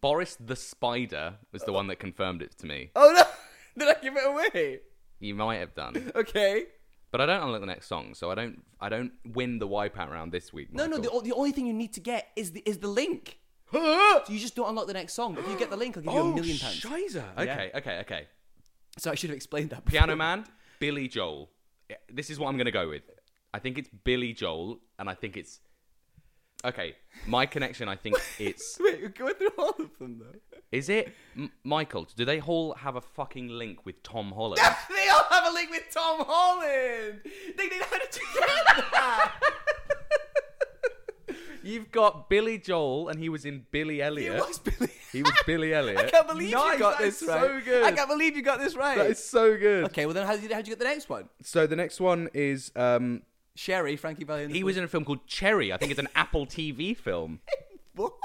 [SPEAKER 2] Boris the Spider was the one that confirmed it to me.
[SPEAKER 1] Oh no! Did I give it away?
[SPEAKER 2] You might have done,
[SPEAKER 1] Okay.
[SPEAKER 2] but I don't unlock the next song, so I don't. I don't win the wipeout round this week.
[SPEAKER 1] No, no.
[SPEAKER 2] Michael.
[SPEAKER 1] The, o- the only thing you need to get is the is the link. So you just don't unlock the next song. If you get the link, I'll give you a million pounds.
[SPEAKER 2] Oh, Shiza. Okay, okay, okay.
[SPEAKER 1] so I should have explained that.
[SPEAKER 2] Piano
[SPEAKER 1] before.
[SPEAKER 2] Man, Billy Joel. Yeah, This is what I'm going to go with. I think it's Billy Joel, and I think it's. Okay, my connection, I think it's.
[SPEAKER 1] Wait, we're going through all of them though.
[SPEAKER 2] Is it M- Michael? Do they all have a fucking link with Tom Holland?
[SPEAKER 1] they all have a link with Tom Holland. Ding ding, how did you get that?
[SPEAKER 2] You've got Billy Joel, and he was in Billy Elliot.
[SPEAKER 1] It was Billy.
[SPEAKER 2] He was Billy Elliot.
[SPEAKER 1] I can't believe
[SPEAKER 2] Nice,
[SPEAKER 1] you got
[SPEAKER 2] that is
[SPEAKER 1] this right.
[SPEAKER 2] So good.
[SPEAKER 1] I can't believe you got this right.
[SPEAKER 2] that is so good.
[SPEAKER 1] okay, well then, how did how did you get the next one?
[SPEAKER 2] So the next one is um,
[SPEAKER 1] Sherry, Frankie Valli. and the
[SPEAKER 2] he was in a film called Cherry. I think it's an Apple TV film.
[SPEAKER 1] What?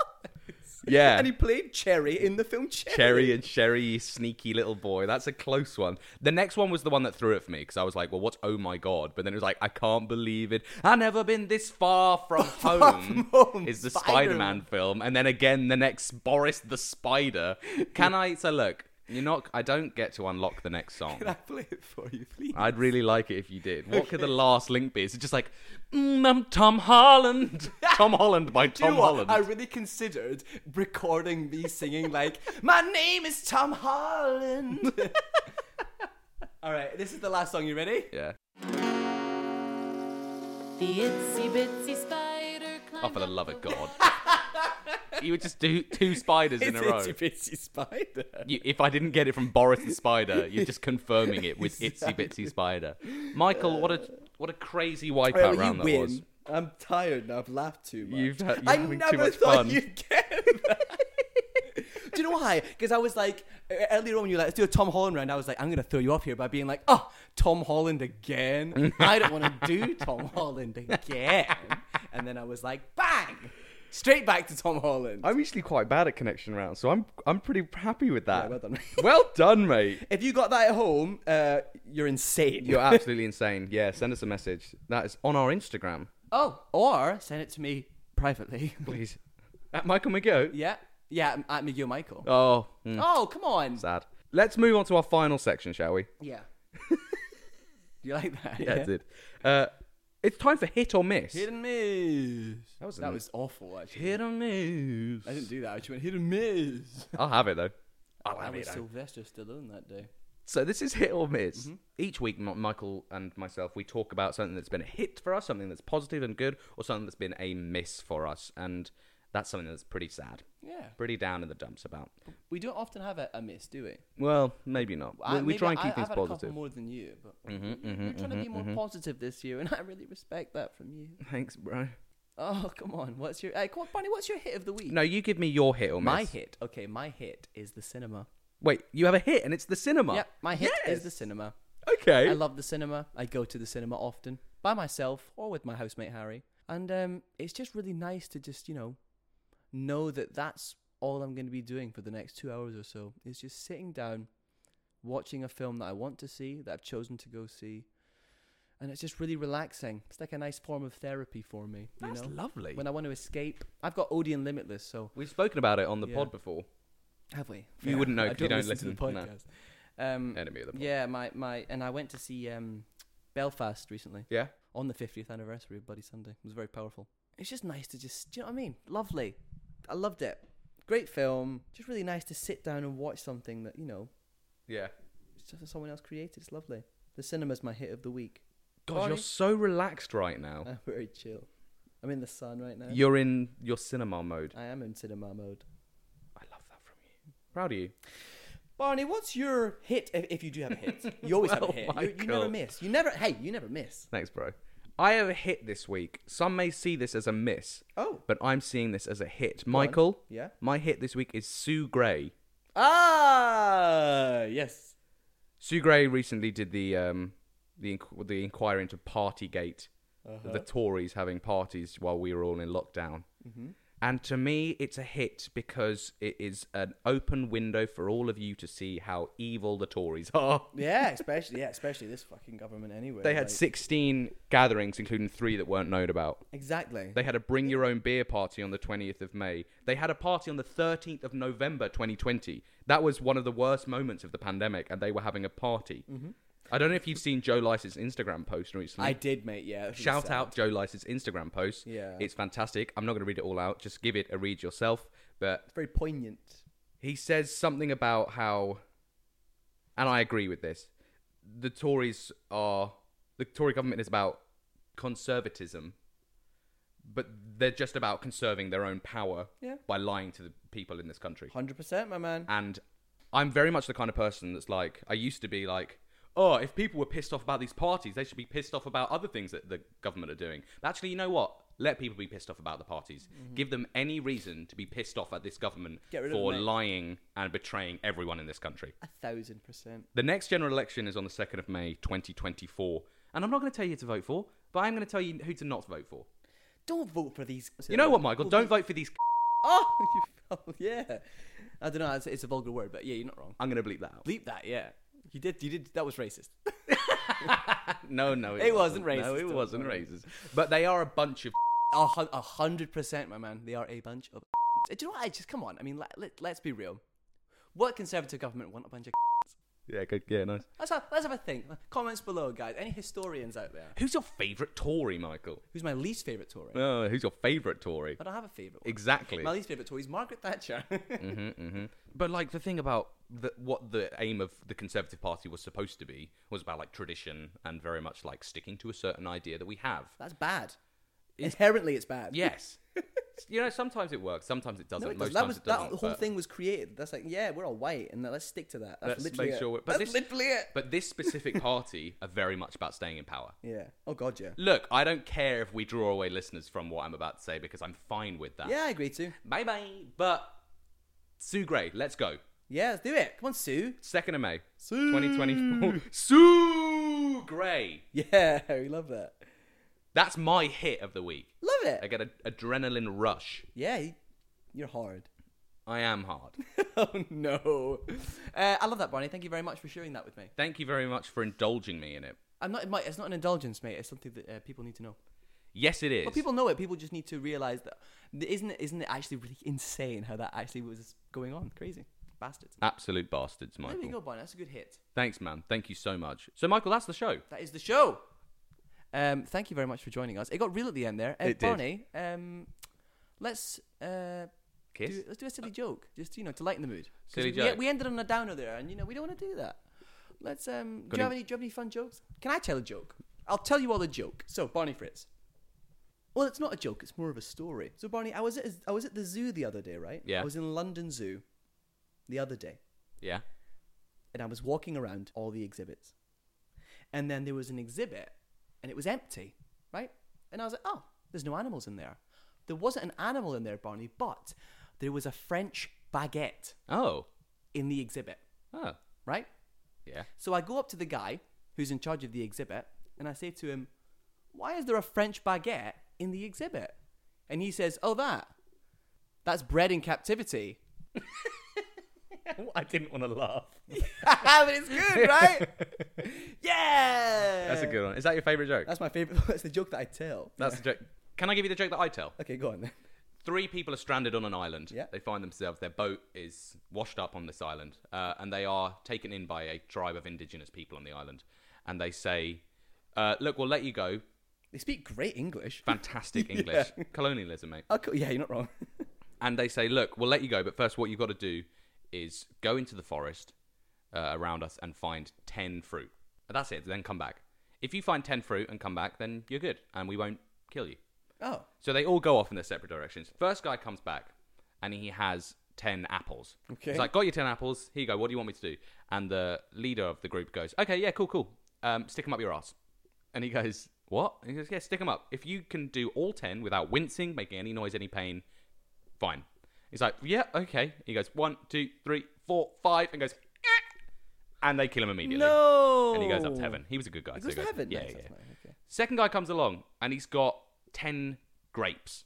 [SPEAKER 2] Yeah.
[SPEAKER 1] and he played Cherry in the film Cherry.
[SPEAKER 2] Cherry and Sherry, you sneaky little boy. That's a close one. The next one was the one that threw it for me because I was like, well, what's oh my god? But then it was like, I can't believe it. I've never been this far from home.
[SPEAKER 1] home,
[SPEAKER 2] Is the Spider
[SPEAKER 1] Spider-Man.
[SPEAKER 2] Man film. And then again, the next Boris the Spider. Can I? So look, you're not, I don't get to unlock the next song.
[SPEAKER 1] Can I play it for you, please?
[SPEAKER 2] I'd really like it if you did. What could the last link be? Is it just like, mm, I'm Tom Holland? Tom Holland by
[SPEAKER 1] Do you
[SPEAKER 2] Tom
[SPEAKER 1] know what?
[SPEAKER 2] Holland.
[SPEAKER 1] I really considered recording me singing like, "My name is Tom Holland." All right, this is the last song. You ready?
[SPEAKER 2] yeah.
[SPEAKER 3] The itsy bitsy spider
[SPEAKER 2] Oh, for the love of God. you would just do two spiders in a row.
[SPEAKER 1] Itsy Bitsy Spider.
[SPEAKER 2] You, if I didn't get it from Boris the Spider, you're just confirming it with Itsy Bitsy Spider. Michael, what a what a crazy wipeout
[SPEAKER 1] All right, well,
[SPEAKER 2] round
[SPEAKER 1] you
[SPEAKER 2] that
[SPEAKER 1] win.
[SPEAKER 2] was.
[SPEAKER 1] I'm tired now. I've laughed too much.
[SPEAKER 2] You've had- you're
[SPEAKER 1] I
[SPEAKER 2] having too
[SPEAKER 1] never
[SPEAKER 2] much
[SPEAKER 1] thought
[SPEAKER 2] fun.
[SPEAKER 1] you'd get that. Do you know why? Because I was like e, earlier on, when you were like, let's do a Tom Holland round. I was like, I'm going to throw you off here by being like, oh, Tom Holland again. I don't want to do Tom Holland again. And then I was like, bang, straight back to Tom Holland.
[SPEAKER 2] I'm usually quite bad at connection rounds, so I'm I'm pretty happy with
[SPEAKER 1] Yeah,
[SPEAKER 2] that.
[SPEAKER 1] well done.
[SPEAKER 2] well done, mate.
[SPEAKER 1] if you got that at home, uh, you're insane.
[SPEAKER 2] You're absolutely insane. Yeah, send us a message. That is on our Instagram,
[SPEAKER 1] oh, or send it to me privately.
[SPEAKER 2] please. At Michael McGill.
[SPEAKER 1] yeah, yeah, at Miguel Michael.
[SPEAKER 2] Oh, mm,
[SPEAKER 1] oh, come on.
[SPEAKER 2] sad. Let's move on to our final section, shall we?
[SPEAKER 1] Yeah. Do you like that?
[SPEAKER 2] Yeah, I did. Uh, it's time for hit or miss.
[SPEAKER 1] Hit and miss. That
[SPEAKER 2] was
[SPEAKER 1] was
[SPEAKER 2] a-
[SPEAKER 1] that was awful. Actually,
[SPEAKER 2] Hit or miss.
[SPEAKER 1] I didn't do that. I just went hit and miss.
[SPEAKER 2] I'll have it though. I'll
[SPEAKER 1] I
[SPEAKER 2] have
[SPEAKER 1] was
[SPEAKER 2] it. though.
[SPEAKER 1] Sylvester Stallone that day.
[SPEAKER 2] So this is hit or miss.
[SPEAKER 1] Mm-hmm.
[SPEAKER 2] Each week, M- Michael and myself, we talk about something that's been a hit for us, something that's positive and good, or something that's been a miss for us, and that's something that's pretty sad,
[SPEAKER 1] Yeah,
[SPEAKER 2] pretty down in the dumps about.
[SPEAKER 1] we don't often have a, a miss, do we?
[SPEAKER 2] Well, maybe not.
[SPEAKER 1] I-
[SPEAKER 2] we, we
[SPEAKER 1] Uh, maybe
[SPEAKER 2] try and
[SPEAKER 1] I-
[SPEAKER 2] keep
[SPEAKER 1] I've
[SPEAKER 2] things
[SPEAKER 1] had A
[SPEAKER 2] positive.
[SPEAKER 1] couple more than you, but you- you're trying to be more positive this year, and I really respect that from you.
[SPEAKER 2] Thanks, bro.
[SPEAKER 1] Oh come on, what's your? Hey, come on, Barney, what's your hit of the week?
[SPEAKER 2] No, you give me your hit or miss.
[SPEAKER 1] my hit. Okay, my hit is the cinema.
[SPEAKER 2] Wait, you have a hit, and it's the cinema.
[SPEAKER 1] Yep, my hit
[SPEAKER 2] Yes.
[SPEAKER 1] is the cinema.
[SPEAKER 2] Okay.
[SPEAKER 1] I love the cinema. I go to the cinema often by myself or with my housemate Harry. And um, it's just really nice to just, you know, know that that's all I'm going to be doing for the next two hours or so is just sitting down, watching a film that I want to see, that I've chosen to go see. And it's just really relaxing. It's like a nice form of therapy for me. You
[SPEAKER 2] That's
[SPEAKER 1] know?
[SPEAKER 2] lovely.
[SPEAKER 1] When I want to escape, I've got Odeon Limitless, so
[SPEAKER 2] We've spoken about it on the
[SPEAKER 1] Yeah.
[SPEAKER 2] pod before.
[SPEAKER 1] have we?
[SPEAKER 2] You wouldn't know
[SPEAKER 1] I
[SPEAKER 2] 'cause you don't
[SPEAKER 1] to the
[SPEAKER 2] listen, no.
[SPEAKER 1] podcast. Um,
[SPEAKER 2] Enemy of the pod.
[SPEAKER 1] yeah, my, my and I went to see um, Belfast recently
[SPEAKER 2] Yeah.
[SPEAKER 1] on the 50th anniversary of Bloody Sunday. It was very powerful. It's just nice to just, do you know what I mean? Lovely. I loved it. Great film. Just really nice to sit down and watch something that, you know,
[SPEAKER 2] Yeah.
[SPEAKER 1] it's just someone else created. It's lovely. The cinema's my hit of the week.
[SPEAKER 2] God,
[SPEAKER 1] Barney?
[SPEAKER 2] you're so relaxed right now.
[SPEAKER 1] I'm very chill. I'm in the sun right now.
[SPEAKER 2] Oh. You're in your cinema mode.
[SPEAKER 1] I am in cinema mode.
[SPEAKER 2] I love that from you. Proud of you.
[SPEAKER 1] Barney, what's your hit? If, if you do have a hit, you always
[SPEAKER 2] Well,
[SPEAKER 1] have a hit. You, you
[SPEAKER 2] Michael.
[SPEAKER 1] never miss. You never. Hey, you never miss.
[SPEAKER 2] Thanks, bro. I have a hit this week. Some may see this as a miss,
[SPEAKER 1] Oh.
[SPEAKER 2] but I'm seeing this as a hit. Michael,
[SPEAKER 1] Yeah?
[SPEAKER 2] my hit this week is Sue Gray.
[SPEAKER 1] Ah, yes.
[SPEAKER 2] Sue Gray recently did the um, the inqu- the inquiry into Partygate, the Tories having parties while we were all in lockdown. And to me, it's a hit because it is an open window for all of you to see how evil the Tories are.
[SPEAKER 1] Yeah, especially yeah, especially this fucking government anyway.
[SPEAKER 2] They had
[SPEAKER 1] like-
[SPEAKER 2] 16 gatherings, including three that weren't known about.
[SPEAKER 1] exactly.
[SPEAKER 2] They had a bring your own beer party on the 20th of May. They had a party on the 13th of November 2020. That was one of the worst moments of the pandemic, and they were having a party. I don't know if you've seen Joe Lice's Instagram post recently.
[SPEAKER 1] Mm-hmm. I did, mate. Yeah. that was
[SPEAKER 2] Shout
[SPEAKER 1] sad.
[SPEAKER 2] out Joe Lice's Instagram post.
[SPEAKER 1] Yeah.
[SPEAKER 2] It's fantastic. I'm not going to read it all out. Just give it a read yourself. But
[SPEAKER 1] Very poignant.
[SPEAKER 2] he says something about how, and I agree with this, the Tories are, the Tory government is about conservatism, but they're just about conserving their own power
[SPEAKER 1] Yeah.
[SPEAKER 2] by lying to the people in this country.
[SPEAKER 1] Hundred percent, my man.
[SPEAKER 2] And I'm very much the kind of person that's like, I used to be like, oh, if people were pissed off about these parties, they should be pissed off about other things that the government are doing. But actually, you know what? Let people be pissed off about the parties. Give them any reason to be pissed off at this government
[SPEAKER 5] Mm-hmm. Get rid of
[SPEAKER 2] for
[SPEAKER 5] them, mate.
[SPEAKER 2] lying and betraying everyone in this country.
[SPEAKER 5] A thousand percent.
[SPEAKER 2] The next general election is on the 2nd of May 2024. And I'm not going to tell you who to vote for, but I'm going to tell you who to not vote for.
[SPEAKER 5] Don't vote for these.
[SPEAKER 2] You know what, Michael? Don't vote for these. c-
[SPEAKER 5] Oh, you fell- yeah. I don't know. It's, it's a vulgar word, but yeah, you're not wrong.
[SPEAKER 2] I'm going to bleep that out.
[SPEAKER 1] Bleep that, yeah. You did, you did. That was racist.
[SPEAKER 2] No, no.
[SPEAKER 1] It wasn't
[SPEAKER 2] No,
[SPEAKER 1] racist,
[SPEAKER 2] it
[SPEAKER 1] don't
[SPEAKER 2] wasn't
[SPEAKER 1] worry.
[SPEAKER 2] racist. But they are a bunch of.
[SPEAKER 1] A hun- a hundred percent, my man. They are a bunch of. Do you know what? I just come on. I mean, let, let, let's be real. What conservative government want a bunch of?
[SPEAKER 2] Yeah, good. Yeah, nice.
[SPEAKER 1] Let's have, let's have a think. Comments below, guys. Any historians out there?
[SPEAKER 2] Who's your favourite Tory, Michael?
[SPEAKER 1] Who's my least favorite Tory?
[SPEAKER 2] Oh, who's your favourite Tory?
[SPEAKER 1] I don't have a favorite. One.
[SPEAKER 2] Exactly. Mm.
[SPEAKER 1] My least favorite Tory is Margaret Thatcher.
[SPEAKER 2] But like the thing about the, what the aim of the Conservative Party was supposed to be was about like tradition and very much like sticking to a certain idea that we have.
[SPEAKER 5] That's bad. Inherently, it's bad.
[SPEAKER 2] Yes. you know, sometimes it works, sometimes it doesn't.
[SPEAKER 5] No, it
[SPEAKER 2] Most
[SPEAKER 5] doesn't. That
[SPEAKER 2] times
[SPEAKER 5] was
[SPEAKER 2] it
[SPEAKER 5] that
[SPEAKER 2] doesn't.
[SPEAKER 5] whole
[SPEAKER 2] but
[SPEAKER 5] thing was created. That's like, yeah, we're all white, and let's stick to that. That's
[SPEAKER 2] let's
[SPEAKER 5] literally
[SPEAKER 2] make
[SPEAKER 5] it.
[SPEAKER 2] sure. We're, but
[SPEAKER 5] That's
[SPEAKER 2] this,
[SPEAKER 5] literally it.
[SPEAKER 2] But this specific party are very much about staying in power.
[SPEAKER 5] Yeah. Oh god, yeah.
[SPEAKER 2] Look, I don't care if we draw away listeners from what I'm about to say because I'm fine with that.
[SPEAKER 5] Yeah, I agree too.
[SPEAKER 2] Bye bye. But Sue Gray, let's go.
[SPEAKER 5] Yeah, let's do it. Come on, Sue.
[SPEAKER 2] Second of May,
[SPEAKER 5] Sue.
[SPEAKER 2] 2024. Sue Gray.
[SPEAKER 5] Yeah, we love that.
[SPEAKER 2] That's my hit of the week.
[SPEAKER 5] Love it.
[SPEAKER 2] I get an adrenaline rush.
[SPEAKER 5] Yeah, you- you're hard.
[SPEAKER 2] I am hard.
[SPEAKER 1] oh no! Uh, I love that, Barney. Thank you very much for sharing that with me.
[SPEAKER 2] Thank you very much for indulging me in it.
[SPEAKER 1] I'm not. it might- It's not an indulgence, mate. It's something that uh, people need to know.
[SPEAKER 2] Yes, it is.
[SPEAKER 1] But people know it. People just need to realize that. Isn't it, isn't it actually really insane how that actually was going on? Crazy bastards.
[SPEAKER 2] Absolute bastards,
[SPEAKER 1] There
[SPEAKER 2] Michael.
[SPEAKER 1] we go, Barney. That's a good hit.
[SPEAKER 2] Thanks, man. Thank you so much. So, Michael, that's the show.
[SPEAKER 1] That is the show. Um, thank you very much for joining us. It got real at the end there. Uh,
[SPEAKER 2] It did.
[SPEAKER 1] Barney, um, let's uh,
[SPEAKER 2] Kiss?
[SPEAKER 1] do, let's do a silly joke, just you know, to lighten the mood. 'Cause
[SPEAKER 2] Silly
[SPEAKER 1] we,
[SPEAKER 2] joke.
[SPEAKER 1] We ended on a downer there, and you know we don't want to do that. Let's. Um, do
[SPEAKER 2] Got
[SPEAKER 1] you
[SPEAKER 2] any-
[SPEAKER 1] have any? Do you have any fun jokes? Can I tell a joke? I'll tell you all a joke. So Barney Fritz. Well, it's not a joke. It's more of a story.
[SPEAKER 5] So Barney, I was at I was at the zoo the other day, right?
[SPEAKER 2] Yeah.
[SPEAKER 5] I was in London Zoo the other day,
[SPEAKER 2] Yeah.
[SPEAKER 5] and I was walking around all the exhibits,
[SPEAKER 1] and then there was an exhibit and it was empty, right? And I was like, oh, there's no animals in there. There wasn't an animal in there, Barney, but there was a French baguette
[SPEAKER 2] Oh.
[SPEAKER 1] in the exhibit,
[SPEAKER 2] Oh.
[SPEAKER 1] right?
[SPEAKER 2] Yeah.
[SPEAKER 1] So I go up to the guy who's in charge of the exhibit and I say to him, why is there a French baguette in the exhibit? And he says, oh, that. That's bred in captivity.
[SPEAKER 2] I didn't want to laugh.
[SPEAKER 1] but it's good, right? yeah.
[SPEAKER 2] That's a good one. Is that your favourite joke?
[SPEAKER 5] That's my favorite. That's the joke that I tell.
[SPEAKER 2] That's the joke. Can I give you the joke that I tell?
[SPEAKER 5] Okay, go on then.
[SPEAKER 2] Three people are stranded on an island.
[SPEAKER 5] Yeah.
[SPEAKER 2] They find themselves, their boat is washed up on this island, uh, and they are taken in by a tribe of indigenous people on the island. And they say, uh, Look, we'll let you go.
[SPEAKER 5] They speak great English.
[SPEAKER 2] Fantastic English. Colonialism, mate.
[SPEAKER 5] Oh, cool. Yeah, you're not wrong.
[SPEAKER 2] and they say, "Look, we'll let you go, but first, what you've got to do is go into the forest uh, around us and find ten fruit. And that's it. Then come back. If you find ten fruit and come back, then you're good, and we won't kill you."
[SPEAKER 5] oh,
[SPEAKER 2] So they all go off in their separate directions. First guy comes back, and he has ten apples.
[SPEAKER 5] Okay.
[SPEAKER 2] He's like, "Got your ten apples. Here you go. What do you want me to do?" And the leader of the group goes, "Okay, yeah, cool, cool. Um, stick them up your ass." And he goes, "What?" And he goes, "Yeah, stick them up. If you can do all ten without wincing, making any noise, any pain, fine." He's like, "Yeah, okay." He goes, one, two, three, four, five, and goes, "Eh." and they kill him immediately.
[SPEAKER 5] no.
[SPEAKER 2] And he goes up to heaven. He was a good guy. He
[SPEAKER 5] goes to heaven.
[SPEAKER 2] Yeah,
[SPEAKER 5] Nice,
[SPEAKER 2] yeah.
[SPEAKER 5] that's nice, okay.
[SPEAKER 2] Second guy comes along, and he's got ten grapes.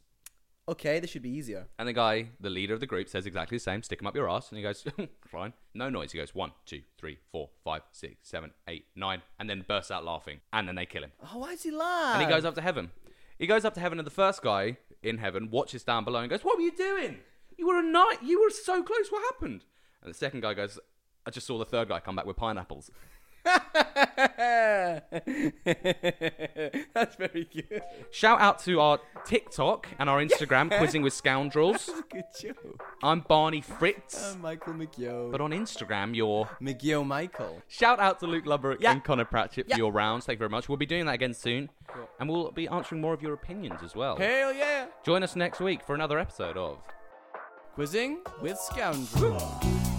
[SPEAKER 5] Okay, this should be easier.
[SPEAKER 2] And the guy, the leader of the group, says exactly the same. Stick him up your ass, and he goes, "Fine, no noise." He goes, one, two, three, four, five, six, seven, eight, nine, and then bursts out laughing. And then they kill him.
[SPEAKER 5] Oh, why is he lying?
[SPEAKER 2] And he goes up to heaven. He goes up to heaven, and the first guy in heaven watches down below and goes, "What were you doing? You were a knight. You were so close. What happened?" And the second guy goes, "I just saw the third guy come back with pineapples."
[SPEAKER 5] That's very good.
[SPEAKER 2] Shout out to our TikTok and our Instagram, quizzing with scoundrels.
[SPEAKER 5] Good joke. Uh,
[SPEAKER 2] I'm Barney
[SPEAKER 1] Um,
[SPEAKER 2] Fritz,
[SPEAKER 5] Michael McGill.
[SPEAKER 2] but on Instagram, you're
[SPEAKER 1] McGill Michael.
[SPEAKER 2] Shout out to Luke Lubberick
[SPEAKER 1] Yeah.
[SPEAKER 2] and Connor Pratchett
[SPEAKER 1] Yeah.
[SPEAKER 2] for your rounds. Thank you very much. We'll be doing that again soon. And we'll be answering more of your opinions as well.
[SPEAKER 1] Hell yeah.
[SPEAKER 2] Join us next week for another episode of
[SPEAKER 1] Quizzing with Scoundrels.